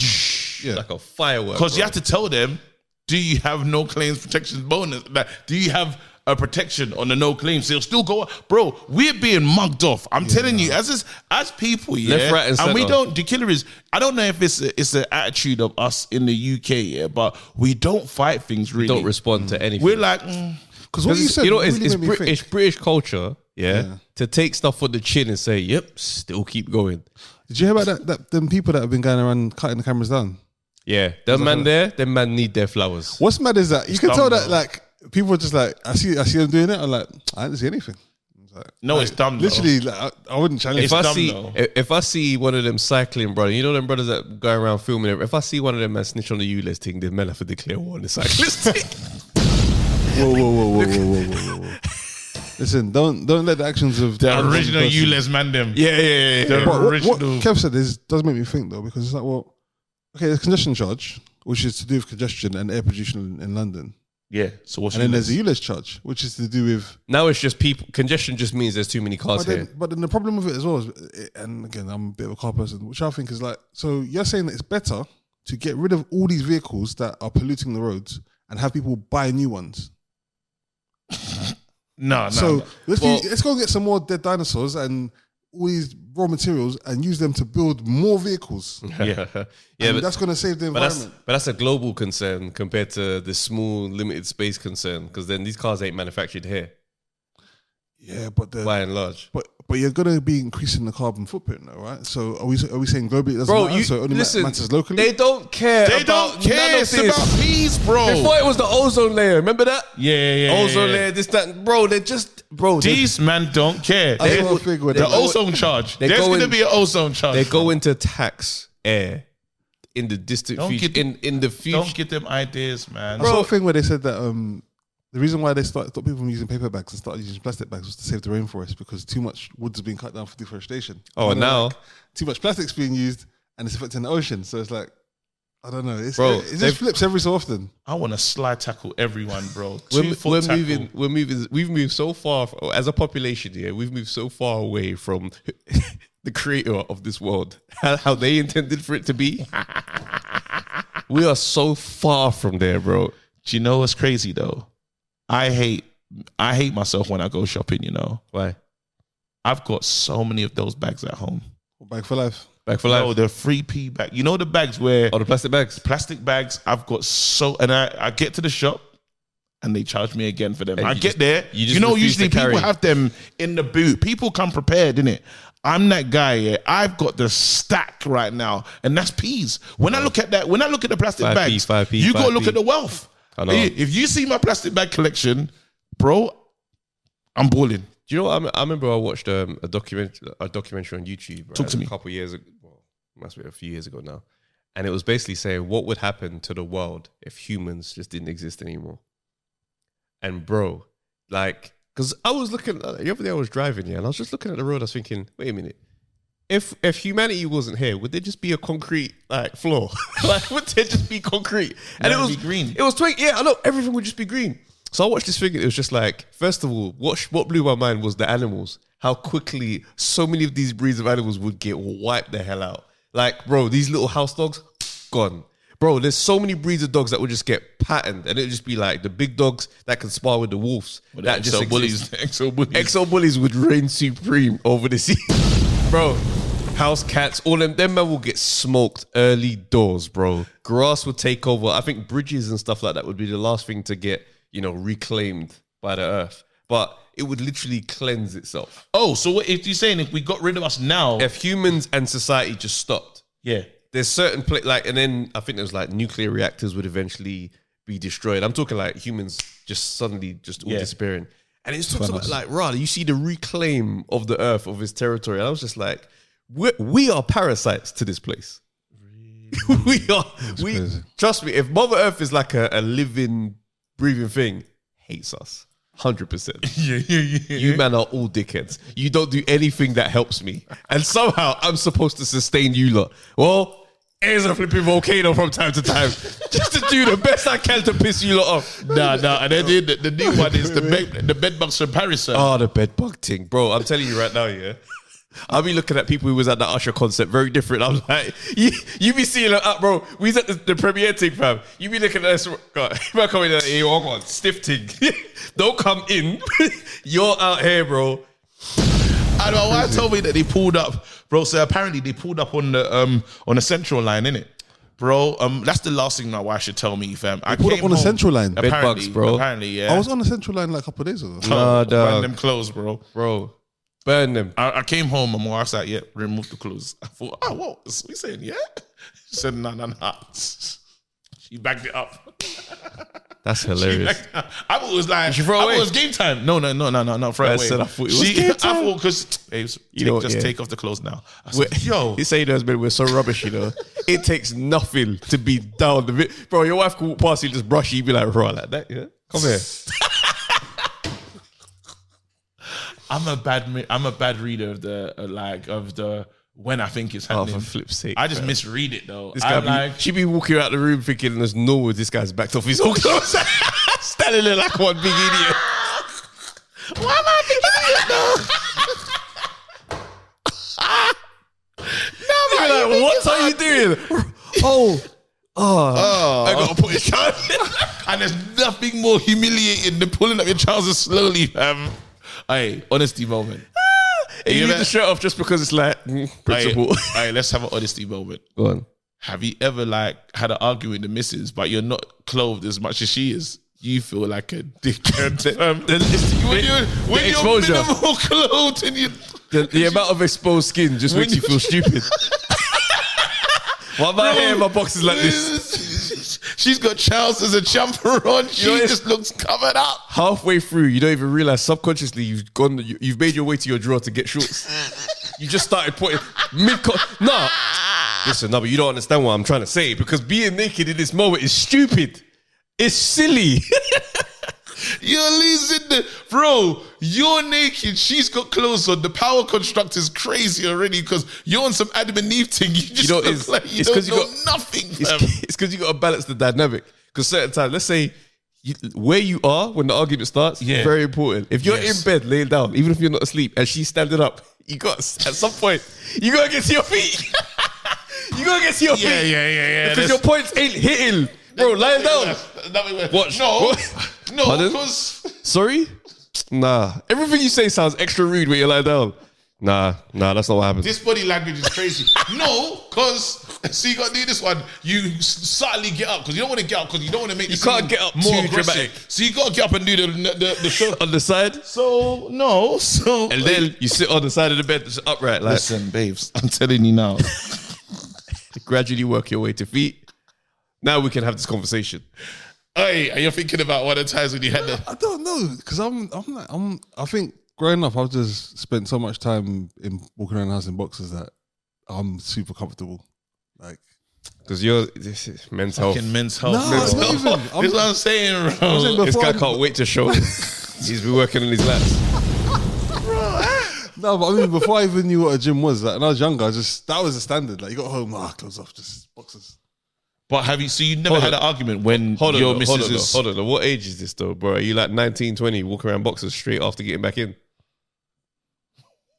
S3: Yeah.
S1: like a firework.
S2: Because you
S1: bro.
S2: have to tell them, do you have no claims protection bonus? Like, do you have a protection on the no claims? They'll still go, bro. We're being mugged off. I'm telling you, as is, as people, yeah,
S1: Left, right, and
S2: we
S1: centre.
S2: don't. The killer is. I don't know if it's a, it's an attitude of us in the UK, yeah, but we don't fight things really.
S1: don't respond to anything.
S2: we're like, mm,
S3: because what you
S1: It's-
S3: said,
S1: know,
S3: really
S1: it's, it's,
S3: made me
S1: Brit-
S3: think.
S1: it's British culture, yeah, to take stuff on the chin and say, "Yep, still keep going."
S3: Did you hear about that, that? Them people that have been going around cutting the cameras down.
S1: Yeah, that man there, that man need their flowers.
S3: What's mad is that you can
S2: dumb,
S3: tell that
S2: though.
S3: like people are just like I see I see them doing it. I'm like I didn't see anything. It's like-
S2: No,
S3: like,
S2: it's dumb, though. [laughs]
S3: Literally, like, I, I wouldn't challenge.
S1: If
S3: it.
S1: I
S2: dumb,
S1: see,
S2: though.
S1: if- if I see one of them cycling brother, you know them brothers that go around filming. it, If I see one of them man snitch on the U list thing, the men have to declare war on the cyclist.
S3: whoa, whoa, whoa, whoa, whoa, whoa, whoa, whoa. Listen, don't don't let the actions of
S2: the original ULES man them.
S1: yeah, yeah, yeah, yeah.
S2: The
S3: But what, what
S2: original.
S3: Kev said is does make me think though because it's like well, okay, there's congestion charge which is to do with congestion and air pollution in, in London,
S2: yeah. So what's
S3: and then
S2: ULEZ?
S3: there's a ULEZ charge which is to do with
S1: Now it's just people. Congestion just means there's too many cars
S3: But then,
S1: here.
S3: [laughs] but then the problem with it as well is, it- and again, I'm a bit of a car person, which I think is like, so you're saying that it's better to get rid of all these vehicles that are polluting the roads and have people buy new ones.
S2: no, no.
S3: so
S2: no.
S3: let's
S1: Well-
S3: do, let's go and get some more dead dinosaurs and all these raw materials and use them to build more vehicles.
S1: Yeah, Mm. [laughs] yeah,
S3: and
S1: but,
S3: that's going to save the
S1: but that's
S3: environment.
S1: but that's a global concern compared to the small limited space concern because then these cars ain't manufactured here
S3: yeah, but the,
S1: by and large.
S3: but but you're going to be increasing the carbon footprint, though, right? So are we are we saying globally it doesn't
S1: Bro,
S3: matter?
S1: you
S3: so it only ma-
S1: listen.
S3: matters locally.
S1: They don't care.
S2: They
S1: about
S2: don't care.
S1: None of
S2: It's
S1: this.
S2: about peace, bro.
S1: Before it was the ozone layer. Remember that?
S2: yeah, yeah, yeah, yeah,
S1: ozone
S2: yeah.
S1: layer. This that. Bro, they just bro. They,
S2: These men don't care.
S3: I
S2: They-
S3: saw a fig with
S2: the
S3: it.
S2: ozone charge.
S1: they
S2: There's
S1: go
S2: going to
S1: in-
S2: be an ozone charge.
S1: they go into tax air in the distant
S2: Don't
S1: future.
S2: get-
S1: in in the future.
S2: Don't get them ideas, man.
S3: I saw a thing where they said that um, the reason why they started, stopped people from using paper bags and started using plastic bags was to save the rainforest because too much wood's been cut down for deforestation.
S1: oh,
S3: And they're
S1: now
S3: like, too much plastic's being used and it's affecting the ocean. So it's like, I don't know. It's,
S1: Bro,
S3: it, it
S1: they've-
S3: just flips every so often.
S2: I want to slide tackle everyone, bro. 2
S1: [laughs] we're,
S2: foot
S1: we're
S2: tackle.
S1: moving. We're moving. We've moved so far f- as a population. Yeah, we've moved so far away from [laughs] the creator of this world, how, how they intended for it to be. [laughs] we are so far from there, bro.
S2: Do you know what's crazy though? I hate I hate myself when I go shopping, you know.
S1: Why?
S2: I've got so many of those bags at home.
S3: Bag for life.
S1: Back for life.
S2: No, the free P bag. You know the bags where
S1: oh, the plastic bags.
S2: plastic bags I've got so and I, I get to the shop and they charge me again for them.
S1: And
S2: I
S1: you
S2: get
S1: just-
S2: there.
S1: you
S2: You,
S1: just
S2: know,
S1: refuse to
S2: usually people
S1: carry.
S2: have them in the boot. People come prepared, innit? I'm that guy, yeah. I've got the stack right now, and that's peas. When I look at that, when I look at the plastic
S1: Five P,
S2: bags,
S1: five P,
S2: you gotta
S1: five
S2: look
S1: P.
S2: at the wealth.
S1: I know.
S2: If you see my plastic bag collection, bro, I'm balling.
S1: Do you know what? I, I remember I watched um, a document a documentary on YouTube. Right?
S2: Talk to me.
S1: A couple years ago, well, must be a few years ago now, and it was basically saying what would happen to the world if humans just didn't exist anymore. And bro, like, because I was looking uh, the other day, I was driving yeah, and I was just looking at the road. I was thinking, wait a minute. If if humanity wasn't here, would there just be a concrete like floor? [laughs] like would there just be concrete? And
S2: No,
S1: it
S2: it'd
S1: was
S2: be green.
S1: It was twenty. Yeah, I know everything would just be green. So I watched this thing. and It was just like, first of all, what sh- what blew my mind was the animals. How quickly so many of these breeds of animals would get wiped the hell out. Like, bro, these little house dogs, gone. Bro, there's so many breeds of dogs that would just get patterned, and it'd just be like the big dogs that can spar with the wolves. that just
S2: exo
S1: exists.
S2: bullies,
S1: [laughs]
S2: exo bullies.
S1: XO bullies would reign supreme over the sea. [laughs] bro, house cats, all them, them men will get smoked early doors, bro. Grass would take over. I think bridges and stuff like that would be the last thing to get, you know, reclaimed by the earth. But it would literally cleanse itself.
S2: oh, so what if you're saying if we got rid of us now?
S1: If humans and society just stopped,
S2: [laughs] yeah.
S1: there's certain pla like, and then I think there's like nuclear reactors would eventually be destroyed. I'm talking like humans just suddenly just all
S2: Yeah.
S1: disappearing. And it's talks about like, rah, you see the reclaim of the earth of its territory. And I was just like, we're, we are parasites to this place. [laughs] we are. we
S3: crazy.
S1: trust me. If Mother Earth is like a, a living, breathing thing, hates us. Hundred percent.
S2: Yeah, yeah, yeah.
S1: You man are all dickheads. You don't do anything that helps me. And somehow I'm supposed to sustain you lot. Well, there's a flipping volcano from time to time. [laughs] Just to do the best I can to piss you lot off.
S2: nah, nah. And then the, the
S3: [laughs]
S2: new one is the bed, the bed bugs from Paris. sir.
S1: Oh, the bed bug thing. Bro, I'm telling you right now, yeah. I'll be looking at people who was at the Usher concert very different. I'm like, [laughs] you, you be seeing them up, bro. We was at the, the premiere thing, fam. You be looking at us, God, [laughs] if I come in, like, hey, hold on, stiff thing. [laughs] Don't come in. [laughs] You're out here, bro.
S2: I know. Why told me that they pulled up, bro? So apparently they pulled up on the um on the central line, innit? Bro, um, that's the last thing my wife should tell me, fam. I
S3: pulled up
S2: came
S3: on the
S2: home-
S3: Central Line? Bed
S2: Apparently,
S1: bugs, bro.
S2: Apparently, yeah.
S3: I was on the Central Line like a couple of days ago.
S2: Oh,
S1: Nah, dog.
S2: random clothes, bro.
S1: Bro, burn them.
S2: I, I came home and my wife's like, "Yeah, remove the clothes." [laughs] I thought, "Oh, what? So we saying yeah?" [laughs] She said, "No, no, no." [laughs] She backed it up.
S1: That's
S2: She
S1: hilarious.
S2: backed it up. [laughs] I thought it was like,
S1: She threw
S2: I
S1: away.
S2: thought it was game time. No, no, no, no, no, no. Throw
S1: I
S2: away.
S1: said I thought it was
S2: she,
S1: game
S2: I thought because
S1: know,
S2: just
S1: yeah.
S2: take off the clothes now.
S1: [laughs]
S2: I said, "Yo,
S1: He's saying those men we're so rubbish, you know. it takes nothing to be down the bit. Bro, your wife could walk past you, just brush you, you'd be like, bro, like that, yeah? Come here.
S2: I'm a bad, mi- I'm a bad reader of the uh, like of the when I think it's
S1: Oh,
S2: happening."
S1: for flip's sake.
S2: I just misread it though.
S1: This guy
S2: I'm
S1: be,
S2: like,
S1: she be walking out the room thinking there's no way this guy's backed off his own clothes. [laughs] Standing there like one big idiot.
S2: [laughs] why am I thinking that
S1: [laughs]
S2: though?
S1: You'd be like, what are you
S2: [laughs]
S1: doing? oh, [laughs] I gotta put his child
S2: [laughs] And there's nothing more humiliating than pulling up your trousers slowly, fam. Hey, honesty moment.
S1: And you
S2: You
S1: leave
S2: bet.
S1: the shirt off just because it's like, mm, principle. [laughs]
S2: All right, let's have an honesty moment.
S1: Go on.
S2: Have you ever like had an argument with the missus, but you're not clothed as much as she is? You feel like a dickhead. fam. when you're, when
S1: the
S2: you're
S1: exposure.
S2: minimal clothed and you
S1: The, the amount of exposed skin just makes you feel stupid. Why am I here in my boxes like this?
S2: She's got trousers and jumper on. She
S1: know, it's-
S2: just looks covered up.
S1: Halfway through, you don't even realize subconsciously you've gone, you- you've made your way to your drawer to get shorts. You just started putting mid. No, listen, no, but you don't understand what I'm trying to say because being naked in this moment is stupid. It's silly. [laughs]
S2: You're losing the bro. You're naked. She's got clothes on. The power construct is crazy already because you're on some Adam and Eve thing. You just
S1: know,
S2: look
S1: it's-
S2: like you
S1: it's
S2: don't
S1: 'cause you
S2: know
S1: got-
S2: nothing. fam.
S1: [laughs] It's because you got to balance the dynamic. Because certain times, let's say you, where you are when the argument starts,
S2: Yeah.
S1: very important. If you're in
S2: Yes.
S1: bed laying down, even if you're not asleep, and she's standing up, [laughs] you got at some point you gotta get to your feet. [laughs] you gotta get to your
S2: Yeah, yeah,
S1: feet
S2: yeah, yeah.
S1: because your
S2: That's-
S1: points ain't hitting, bro. Lying down.
S2: that-
S1: Watch.
S2: No,
S1: [laughs] What?
S2: no,
S1: Pardon?
S2: because
S1: Sorry, nah. Everything you say sounds extra rude when you lie down. Nah, nah, that's not what happens.
S2: this body language is crazy. no, because so you got to do this one. You s- subtly get up because you don't want to get up because you don't want to make you
S1: can't get up
S2: more
S1: too
S2: aggressive.
S1: dramatic.
S2: So you got to get up and do the the, the show.
S1: on the side,
S2: So no, so
S1: and then you sit on the side of the bed, just upright, like
S2: listen, babes, I'm telling you now.
S1: gradually work your way to feet. Now we can have this conversation.
S2: Hey, are you thinking about one of the times when you had the
S3: I don't know because I'm I'm like I'm I think growing up I've just spent so much time in walking around the house in boxes that I'm super comfortable. Like
S1: Because you're this is men's health.
S2: men's health?
S3: No,
S2: men's
S3: not
S2: health.
S1: [laughs]
S2: This
S3: even. I'm-
S2: is what I'm saying, bro.
S3: I'm saying before
S1: This guy
S3: I'm-
S1: can't wait to
S2: [laughs]
S1: show. He's been working on his laps.
S3: no, but I mean before I even knew what a gym was. Like when I was younger, I just that was the standard. Like you got home, ah, clothes off, just boxes.
S2: but have you? So you never
S1: Hold
S2: had
S1: on.
S2: an argument when
S1: Hold on,
S2: your
S1: though,
S2: missus
S1: hold on,
S2: is?
S1: though, hold on. though. What age is this though, bro? Are you like 19, 20, walking around boxers straight after getting back in?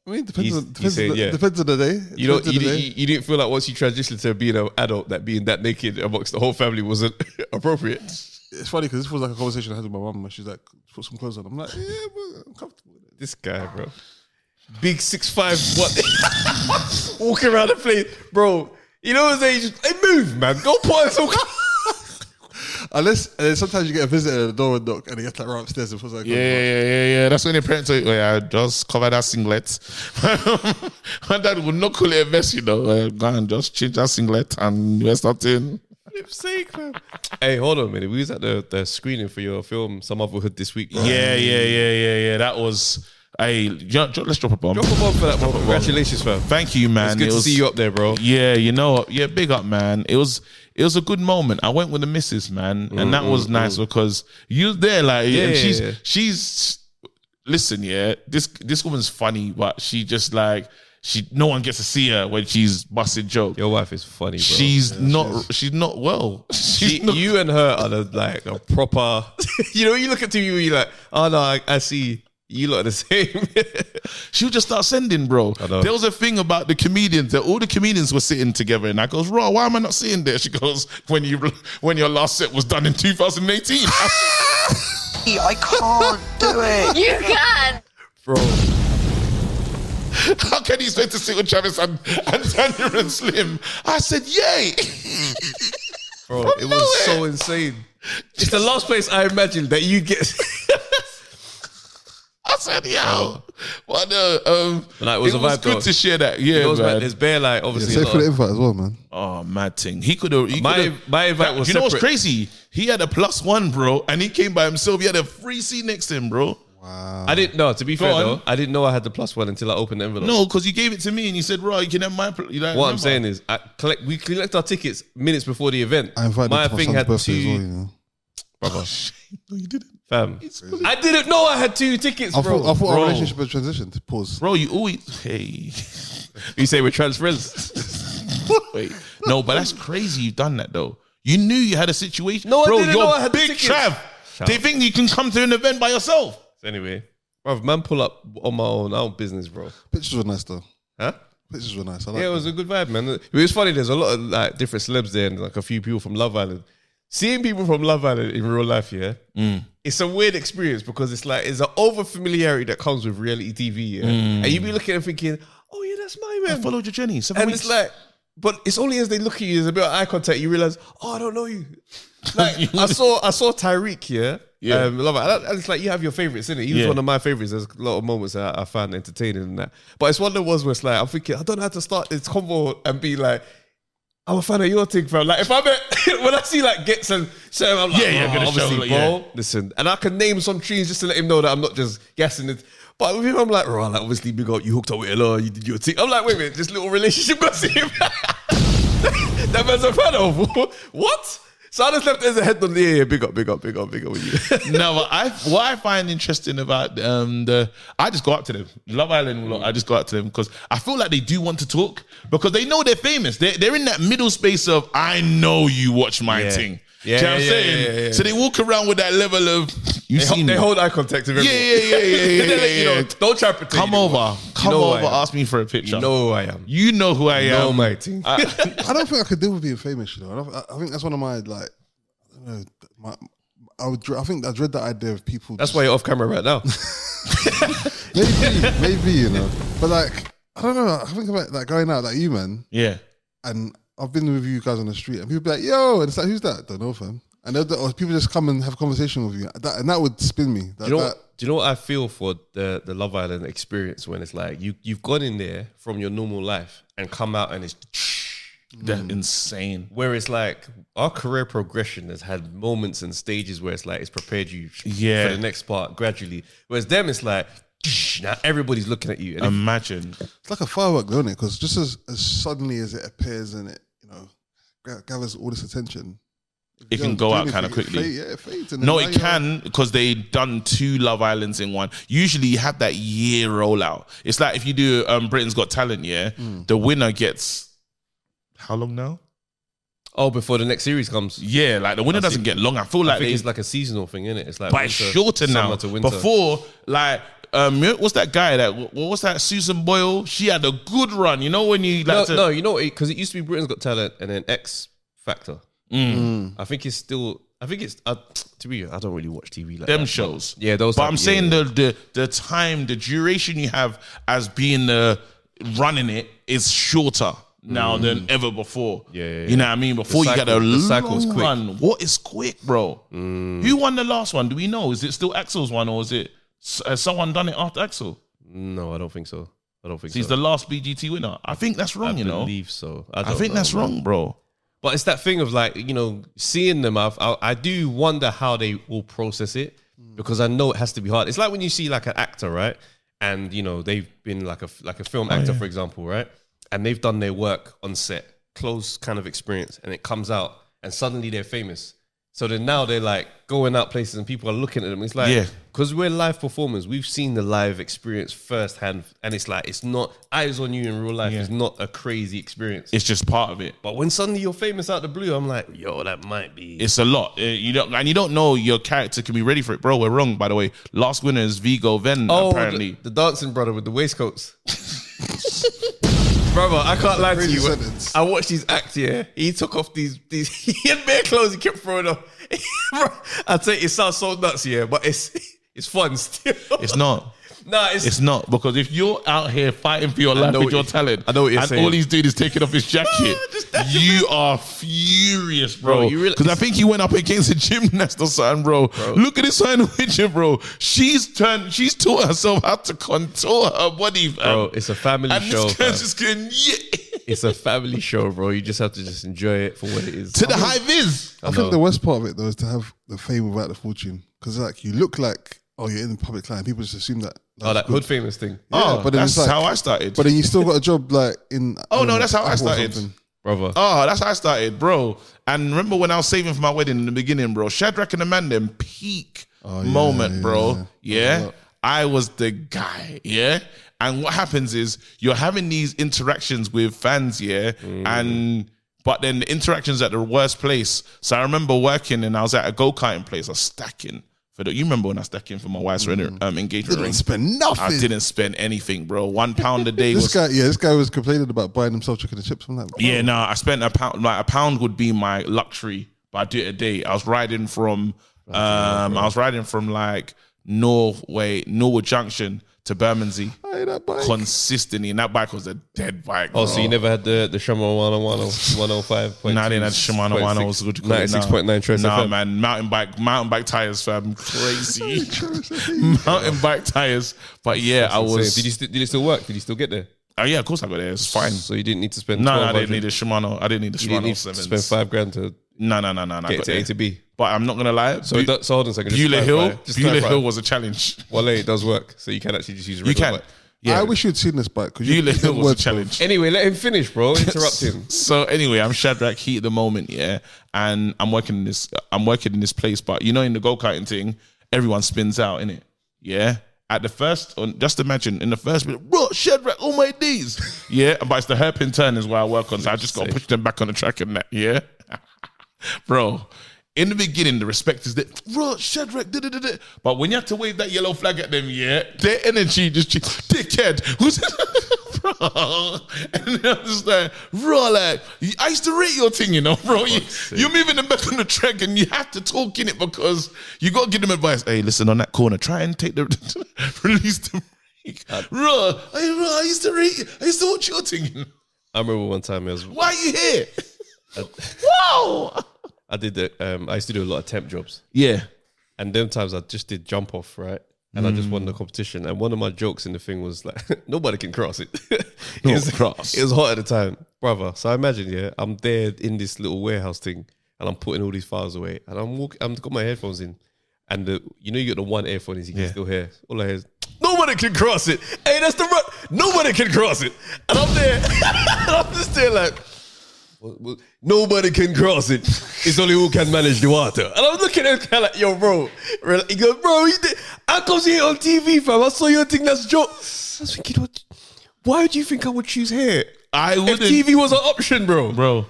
S3: I mean, depends,
S1: He's-
S3: on,
S1: he
S3: depends,
S1: said,
S3: on, the,
S1: yeah.
S3: depends on the day.
S1: You don't.
S3: Depends on
S1: You,
S3: the day.
S1: didn't- you, you didn't feel like once you transitioned to being an adult, that being that naked amongst the whole family wasn't [laughs] appropriate.
S3: it's funny because this was like a conversation I had with my mum, and she's like, "Put some clothes on." I'm like, "Yeah, but I'm comfortable." with it."
S1: This guy, bro, big six five, what? [laughs] Walking around the place, bro. You know his age. Hey, move, man. Go put on some.
S3: Unless and then sometimes you get a visitor at the door and knock, and they get like right upstairs and puts like,
S2: Yeah, yeah, yeah, yeah, yeah. That's when the parents say, oh, yeah, just cover that singlet. [laughs] My dad would not call it a vest, you know. Uh, go and just change that singlet and wear something.
S1: Flip's sake, man. Hey, hold on a minute. We was at the, the screening for your film, Some Otherhood, this week. Bro.
S2: Yeah, yeah, yeah, yeah, yeah. That was. Hey, jo- jo- let's drop a bomb.
S1: Drop a bomb for that, bro. Congratulations, fam.
S2: Thank you, man.
S1: It's good
S2: It
S1: to
S2: was-
S1: see you up there, bro.
S2: Yeah, you know, yeah, big up, man. It was it was a good moment. I went with the missus, man, and that was nice because you was there, like, and
S1: Mm, yeah,
S2: she's
S1: yeah.
S2: she's listen, yeah, this this woman's funny, but she just like she no one gets to see her when she's busting joke.
S1: Your wife is funny, bro.
S2: she's not she's not well. [laughs] She's
S1: She-
S2: not,
S1: you and her are the, like a
S2: [laughs]
S1: proper. you know, you look at two, you you're like, oh no, I, I see you look the
S2: [laughs]
S1: same.
S2: She'll just start sending, bro.
S1: know.
S2: There was a thing about the comedians that all the comedians were sitting together, and I goes, "Raw, why am I not sitting there?" She goes, "When you when your last set was done in 2018."
S5: I can't Oh, do it.
S6: You can.
S1: bro.
S2: [laughs] How can you expect to sit with Travis and, and Tanya and Slim? I said, yay!
S1: [laughs] Bro, it was so insane. It's the last place I imagined that you
S2: [laughs]
S1: get. [laughs]
S2: I said, yo. But no, um,
S1: Like, it was a vibe,
S2: good
S1: though.
S2: to share that. Yeah,
S1: It was
S2: man.
S1: like, there's bare like obviously.
S3: Save
S1: a
S3: for the
S1: lot of-
S3: invite as well, man.
S1: Uh,
S2: oh, mad thing. He could have.
S1: My- my invite
S2: that,
S1: was
S2: You know what's
S1: separate.
S2: crazy? He had a plus one, bro, and he came by himself. He had a free seat next to him, bro.
S1: I didn't know. To be fair
S2: on.
S1: though, I didn't know I had the plus one until I opened the envelope.
S2: No, because you gave it to me and you said, right, you can have my. pl- You know,
S1: What I'm
S2: remember?
S1: saying is, I collect. We collect our tickets minutes before the event.
S3: I invited
S1: my
S3: to
S1: thing
S3: son's
S1: had
S3: birthday as
S1: two.
S3: well, you know.
S2: No, you didn't.
S1: Fam, I didn't know I had two tickets,
S3: [laughs] I
S1: bro.
S3: thought, I thought our
S2: bro.
S3: relationship had transitioned. Pause.
S2: Bro, you always. Hey. [laughs]
S1: you say we're transfers.
S2: Wait, no, but that's crazy. You've done that though. You knew you had a situation.
S1: No, I
S2: bro,
S1: didn't
S2: you're
S1: know I had the
S2: big
S1: tickets.
S2: Trav.
S1: Shout
S2: They
S1: out.
S2: think you can come to an event by yourself.
S1: [laughs] anyway, bro, man, pull up on my own, our own business, bro.
S3: Pictures were nice though.
S1: Huh?
S3: Pictures were nice. I like
S1: Yeah, it was a good vibe, man. It was funny. There's a lot of like different celebs there, and like a few people from Love Island. Seeing people from Love Island in real life, yeah, it's a weird experience because it's like it's an over familiarity that comes with reality TV, yeah. And you be looking and thinking, oh yeah, that's my man.
S2: Followed your journey. Seven
S1: And
S2: weeks.
S1: it's like, but it's only as they look at you, there's a bit of eye contact, you realize, oh, I don't know
S2: [laughs]
S1: you. Like I saw, I saw Tyreek here.
S2: Yeah.
S1: Yeah, um, love it. And it's like you have your favorites, innit? He was
S2: Yeah.
S1: one of my favorites. There's a lot of moments that I, I found entertaining and that. But it's one of the ones where it's like I'm thinking, I don't know how to start this convo and be like, I'm a fan of your thing, fam. Like if I met [laughs] when I see like Gets and Sam, I'm like,
S2: Yeah, yeah,
S1: "Oh,
S2: gonna show,
S1: obviously,
S2: like,
S1: bro.
S2: yeah."
S1: Listen, and I can name some trees just to let him know that I'm not just guessing it. But with him, I'm like, right, like obviously, big up, you hooked up with Ella, you did your thing. I'm like, wait a minute, this little relationship [laughs] gossip. that man's a fan of [laughs] what? So I just left it as a head on the yeah, yeah, big up, big up, big up, big up
S2: [laughs]
S1: with you.
S2: no, but I what I find interesting about um the I just go up to them. Love Island, lot, I just go up to them because I feel like they do want to talk because they know they're famous. They're, they're in that middle space of I know you watch my thing.
S1: Yeah,
S2: Do you know what I'm
S1: yeah,
S2: saying?
S1: yeah, yeah, yeah.
S2: So they walk around with that level of
S1: [laughs]
S2: you
S1: they, ho-
S2: seen
S1: they
S2: me.
S1: hold eye contact with
S2: yeah,
S1: everyone.
S2: yeah, yeah, yeah,
S1: [laughs]
S2: yeah,
S1: They let
S2: yeah,
S1: you know,
S2: yeah.
S1: don't try to pretend.
S2: Come
S1: you know
S2: over,
S1: what. You
S2: come
S1: know who I
S2: over,
S1: am.
S2: ask me for a picture.
S1: You know who I am. You
S2: You know who I am.
S1: know my team.
S3: I don't think I could deal with being famous. You know, I, don't, I- I think that's one of my like. I don't know. My, I would. dre- I think I dread that idea of people.
S1: That's why you're off camera right now.
S3: [laughs] maybe, maybe you know, but like I don't know. I think about like going out like you, man,
S2: [laughs] Yeah.
S3: and I've been with you guys on the street, and people be like, "Yo," and it's like, "Who's that?" Don't know, fam. And they'll- or people just come and have a conversation with you, that, and that would spin me. That,
S1: Do you know?
S3: that-
S1: What, do you know what I feel for the the Love Island experience when it's like you you've gone in there from your normal life and come out and it's
S2: That's insane.
S1: where it's like our career progression has had moments and stages where it's like it's prepared you
S2: Yeah.
S1: for the next part gradually. Whereas them, it's like [sniffs] now everybody's looking at you. And
S2: Um,
S1: if-
S2: Imagine.
S3: it's like a firework, don't it? Because just as, as suddenly as it appears and it, you know, gra- gathers all this attention,
S2: It
S3: you
S2: can go
S3: don't do
S2: out kind of
S3: anything, it
S2: quickly.
S3: fade- yeah, it fades. and
S2: No,
S3: then
S2: it
S3: now
S2: can
S3: you're-
S2: because they done two Love Islands in one. Usually, you have that year rollout. It's like if you do um, Britain's Got Talent, yeah, the winner gets how long now?
S1: oh, before the next series comes,
S2: Yeah, like the winner doesn't get long. I feel
S1: I
S2: like
S1: think
S2: they
S1: it's like a seasonal thing, isn't it? It's like
S2: but it's
S1: winter-
S2: shorter now.
S1: summer To winter.
S2: Before, like Um, you know, what's that guy that? What was that? Susan Boyle. She had a good run. You know when you
S1: No,
S2: like to,
S1: no, you know, because it used to be Britain's Got Talent and then X Factor.
S2: Mm.
S1: I think it's still. I think it's. Uh, to be, honest, I don't really watch TV like
S2: them
S1: that.
S2: shows.
S1: Yeah, those.
S2: But
S1: type-
S2: I'm
S1: yeah,
S2: saying
S1: yeah.
S2: the, the the time, the duration you have as being the running it is shorter now than ever before.
S1: Mm. Yeah, yeah,
S2: You
S1: yeah.
S2: know what I mean? Before you got a
S1: cycle- the cycle's
S2: long
S1: quick. Mm.
S2: run. What is quick, bro? Who won the last one? Do we know? Is it still Axel's one or is it s- has someone done it after Axel?
S1: No, I don't think so. I don't think
S2: He's
S1: so.
S2: the last BGT winner. I think that's wrong. you
S1: I
S2: know,
S1: believe so. I,
S2: I
S1: don't
S2: think
S1: know,
S2: that's
S1: man.
S2: wrong, bro.
S1: But it's that thing of like you know seeing them. I've, I I do wonder how they will process it because I know it has to be hard. It's like when you see like an actor, right? And you know they've been like a like a film actor, for example, right? And they've done their work on set, close kind of experience, and it comes out, and suddenly they're famous. So then now they're like going out places and people are looking at them. It's like
S2: Yeah.
S1: because we're live performers, we've seen the live experience firsthand, and it's like it's not eyes on you in real life is not a crazy experience.
S2: It's just part of it.
S1: But when suddenly you're famous out the blue, I'm like, yo, that might be.
S2: It's a lot. Uh, you don't, and you don't know your character can be ready for it, bro. We're wrong, by the way. Last winner is Vigo Ven. apparently,
S1: Oh, the, the dancing brother with the waistcoats. [laughs] Brother, I can't lie to
S3: Crazy
S1: you.
S3: sentence.
S1: I watched his act. Yeah, he took off these these. [laughs] He had bare clothes. He kept throwing off. [laughs] Bro, I tell you, it sounds so nuts. Yeah, but it's [laughs] it's fun still.
S2: it's not.
S1: [laughs] Nah, it's,
S2: It's not because if you're out here fighting for your life
S1: know
S2: with
S1: what
S2: your
S1: you-
S2: talent,
S1: I know what you're
S2: and
S1: saying.
S2: all he's doing is taking off his jacket,
S1: Just that-
S2: you are furious, bro.
S1: Bro, you
S2: Because
S1: really-
S2: I think he went up against a gymnast or something, bro. Look at this sign with you, bro. She's turned. She's taught herself how to contour her body, fam.
S1: bro. It's a family
S2: and
S1: show.
S2: this
S1: fam.
S2: girl's just getting yeah,
S1: It's a family show, bro. You just have to just enjoy it for what it is.
S2: to the high vis.
S3: I think the worst part of it though is to have the fame without the fortune because like you look like oh you're in the public eye and people just assume that.
S1: Oh,
S3: that's
S1: that
S3: good.
S1: hood famous thing,
S3: Yeah,
S2: oh,
S3: but then
S2: that's
S3: it's like-
S2: how I started.
S3: But then you still got a job like in.
S2: Oh
S3: don't
S2: no,
S3: know,
S2: that's how I
S3: Apple or
S2: started.
S3: something.
S1: brother.
S2: Oh, that's how I started, bro. And remember when I was saving for my wedding in the beginning, bro? Shadrach and Amanda, in peak
S3: Oh, yeah,
S2: moment,
S3: yeah,
S2: bro.
S3: yeah.
S2: Yeah. I was the guy, yeah. And what happens is you're having these interactions with fans, yeah,
S3: Mm.
S2: and but then the interactions at the worst place. So I remember working and I was at a go karting place. I was stacking for the. You remember when I was stacking for my wife's um, engagement ring?
S3: Mm. Didn't spend
S2: I
S3: nothing.
S2: didn't spend anything, bro. One pound a day.
S3: This
S2: was
S3: guy, yeah, this guy was complaining about buying himself chicken and chips. I'm like,
S2: yeah, no, I spent a pound. Like a pound would be my luxury, but I do it a day. I was riding from, um, I was riding from like Norway, Norwood Junction to Bermondsey
S3: buy that bike.
S2: consistently, and that bike was a dead bike.
S1: Oh,
S2: bro.
S1: so you never had the the Shimano 105? one oh five point
S2: Nah, I didn't have Shimano one. I was good. to call it now.
S1: 96.9 Trace
S2: Nah,
S1: FM.
S2: man, mountain bike, mountain bike tires, fam,
S1: [laughs]
S2: crazy. [laughs]
S3: [laughs]
S2: mountain bike tires, but yeah, I was.
S1: Did you st- did it still work? Did you still get there?
S2: oh yeah, of course I got there. It's fine.
S1: So you didn't need to spend.
S2: No, no, I
S1: 1200
S2: didn't need a Shimano. I didn't need a
S1: You didn't
S2: Shimano
S1: need to
S2: sevens.
S1: spend five grand to oh,
S2: No, no, no, no, no. I
S1: get
S2: got
S1: to
S2: there.
S1: A to B.
S2: But I'm not gonna lie.
S1: So,
S2: Bu-
S1: that, so hold on a second. just
S2: Beulah
S1: clarify.
S2: Hill,
S1: Just
S2: Beulah
S1: clarify.
S2: Hill was a challenge.
S1: Well, hey, it does work. So you can actually just use. a
S2: You
S1: regular
S2: can.
S1: bike.
S2: Yeah,
S3: I wish you'd seen this bike because
S2: Beulah Hill
S1: [laughs]
S2: was a challenge.
S1: Anyway, let him finish,
S2: [laughs]
S1: bro. Interrupt him.
S2: So anyway, I'm Shadrach Heat at the moment, yeah, and I'm working in this. I'm working in this place, but you know, in the go karting thing, everyone spins out in it, yeah. At the first, on, just imagine in the first bit, bro, Shadrach, all my D's, [laughs] yeah. But it's the hairpin turn is where I work on, so I just got to push them back on the track and that, yeah, bro. In the beginning, the respect is there. Bro, Shadrach, da, da, da, da. but when you have to wave that yellow flag at them, yeah, their energy just dickhead. [laughs] Who's bro? And then I'm just like, bro, like I used to rate your thing, you know, bro. You, you're moving them back on the track, and you have to talk in it because you got to give them advice. Hey, listen, on that corner, try and take the [laughs] release the brake, bro. Hey, bro, I used to rate. you. I used to watch your thing. [laughs] you know.
S1: I remember one time I was.
S2: Why are you here? [laughs] Whoa.
S1: I did the. Um, I used to do a lot of temp jobs,
S2: Yeah.
S1: and them times I just did jump off, right? And I just won the competition. And one of my jokes in the thing was like, [laughs] nobody can cross it. it, was,
S2: cross.
S1: it was hot at the time, brother. So I imagine, yeah, I'm there in this little warehouse thing, and I'm putting all these files away, and I'm walking. I'm got my headphones in, and the you know you got the one earphone is you can still hear. All I hear is nobody can cross it. Hey, that's the run. Nobody can cross it, and I'm there, [laughs] and I'm just there like. "Well, well, Nobody can cross it. It's only who can manage the water. And I'm looking at him like, yo, bro. Rel- He goes, bro, you did- I come see it on TV, fam. I saw your thing that's joke. I was thinking, what- why do you think I would choose hair?
S2: I
S1: If
S2: wouldn't.
S1: TV was an option, bro.
S2: bro.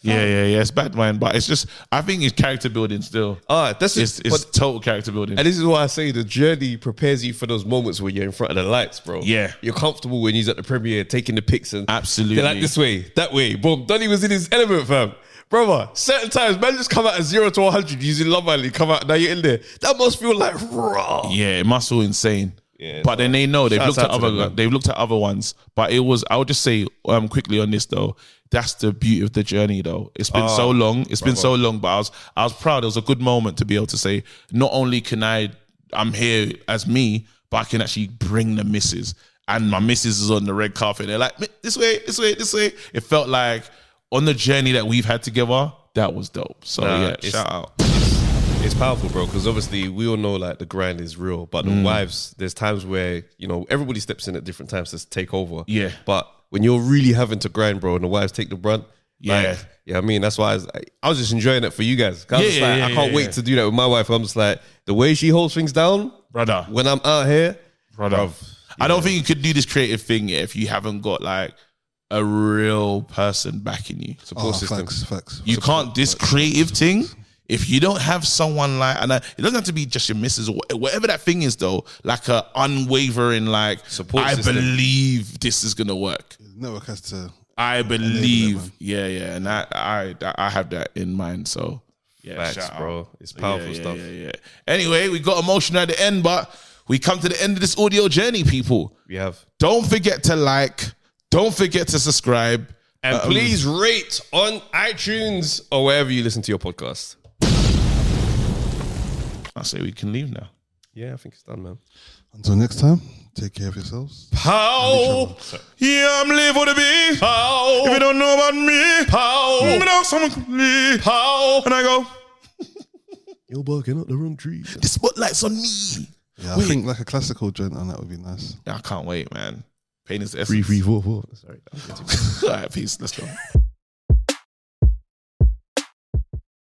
S2: Yeah, yeah, yeah. It's bad, man. But it's just, I think it's character building still.
S1: Ah, that's
S2: It's,
S1: just.
S2: it's total character building.
S1: and this is why I say the journey prepares you for those moments when you're in front of the lights, bro.
S2: Yeah.
S1: You're comfortable when he's at the premiere taking the pics and
S2: Absolutely.
S1: They're like this way, that way. Boom. Donny was in his element, fam. Brother, certain times, man, just come out at zero to 100 using Love Island. Come out, now you're in there. That must feel like raw.
S2: Yeah, it must feel insane. but then they know they've
S1: Shouts
S2: looked at
S1: out to
S2: other
S1: them, man.
S2: they've looked at other ones. But it was I'll just say um quickly on this though. That's the beauty of the journey though. It's been
S1: Ah,
S2: so long. It's been so long, but I was I was proud. It was a good moment to be able to say, not only can I I'm here as me, but I can actually bring the misses. And my missus is on the red carpet. They're like, "Mi- this way, this way, this way. It felt like on the journey that we've had together, that was dope. So yeah,
S1: it's-
S2: shout out.
S1: It's powerful, bro, because obviously we all know like the grind is real, but the wives, there's times where, you know, everybody steps in at different times to take over.
S2: Yeah.
S1: But when you're really having to grind, bro, and the wives take the brunt,
S2: Yeah.
S1: Like, yeah, I mean, that's why I was, like, I was just enjoying it for you guys. 'Cause I was
S2: Yeah,
S1: just like,
S2: yeah,
S1: I
S2: yeah,
S1: can't
S2: yeah,
S1: wait
S2: yeah.
S1: to do that with my wife. I'm just like, the way she holds things down
S2: Brother.
S1: when I'm out here,
S2: brother. I don't think you could do this creative thing if you haven't got like a real person backing you.
S3: Oh,
S1: support system.
S3: facts, facts.
S2: You can't this creative thing if you don't have someone like, and I, it doesn't have to be just your missus or wha- whatever that thing is though. Like a unwavering like
S1: Support
S2: I
S1: system.
S2: believe this is gonna work.
S3: Network has to.
S2: I
S3: Enabler,
S2: believe,
S3: man.
S2: yeah, yeah, and I, I, I have that in mind. So yeah,
S1: Facts,
S2: shout out.
S1: bro. It's powerful
S2: Yeah, yeah,
S1: stuff.
S2: Yeah, yeah. Anyway, we got emotional at the end, but we come to the end of this audio journey, people.
S1: We have.
S2: Don't forget to like. Don't forget to subscribe.
S1: And
S2: Um,
S1: please rate on iTunes or wherever you listen to your podcast.
S2: I say we can leave now.
S1: Yeah, I think it's done, man.
S3: Until next time, take care of yourselves.
S1: Pow!
S2: Yeah, I'm live for the bee. If you
S1: Pow!
S2: don't know about me, [laughs]
S1: Pow!
S2: me know someone can leave.
S1: Pow!
S2: And I go,
S1: You're barking up the wrong tree.
S2: the spotlight's on me.
S3: Yeah, I think like a classical joint on that would be nice.
S2: I can't wait, man. Pain is the essence. [laughs]
S1: Three, three, four, four. Sorry.
S2: All right, peace. Let's go.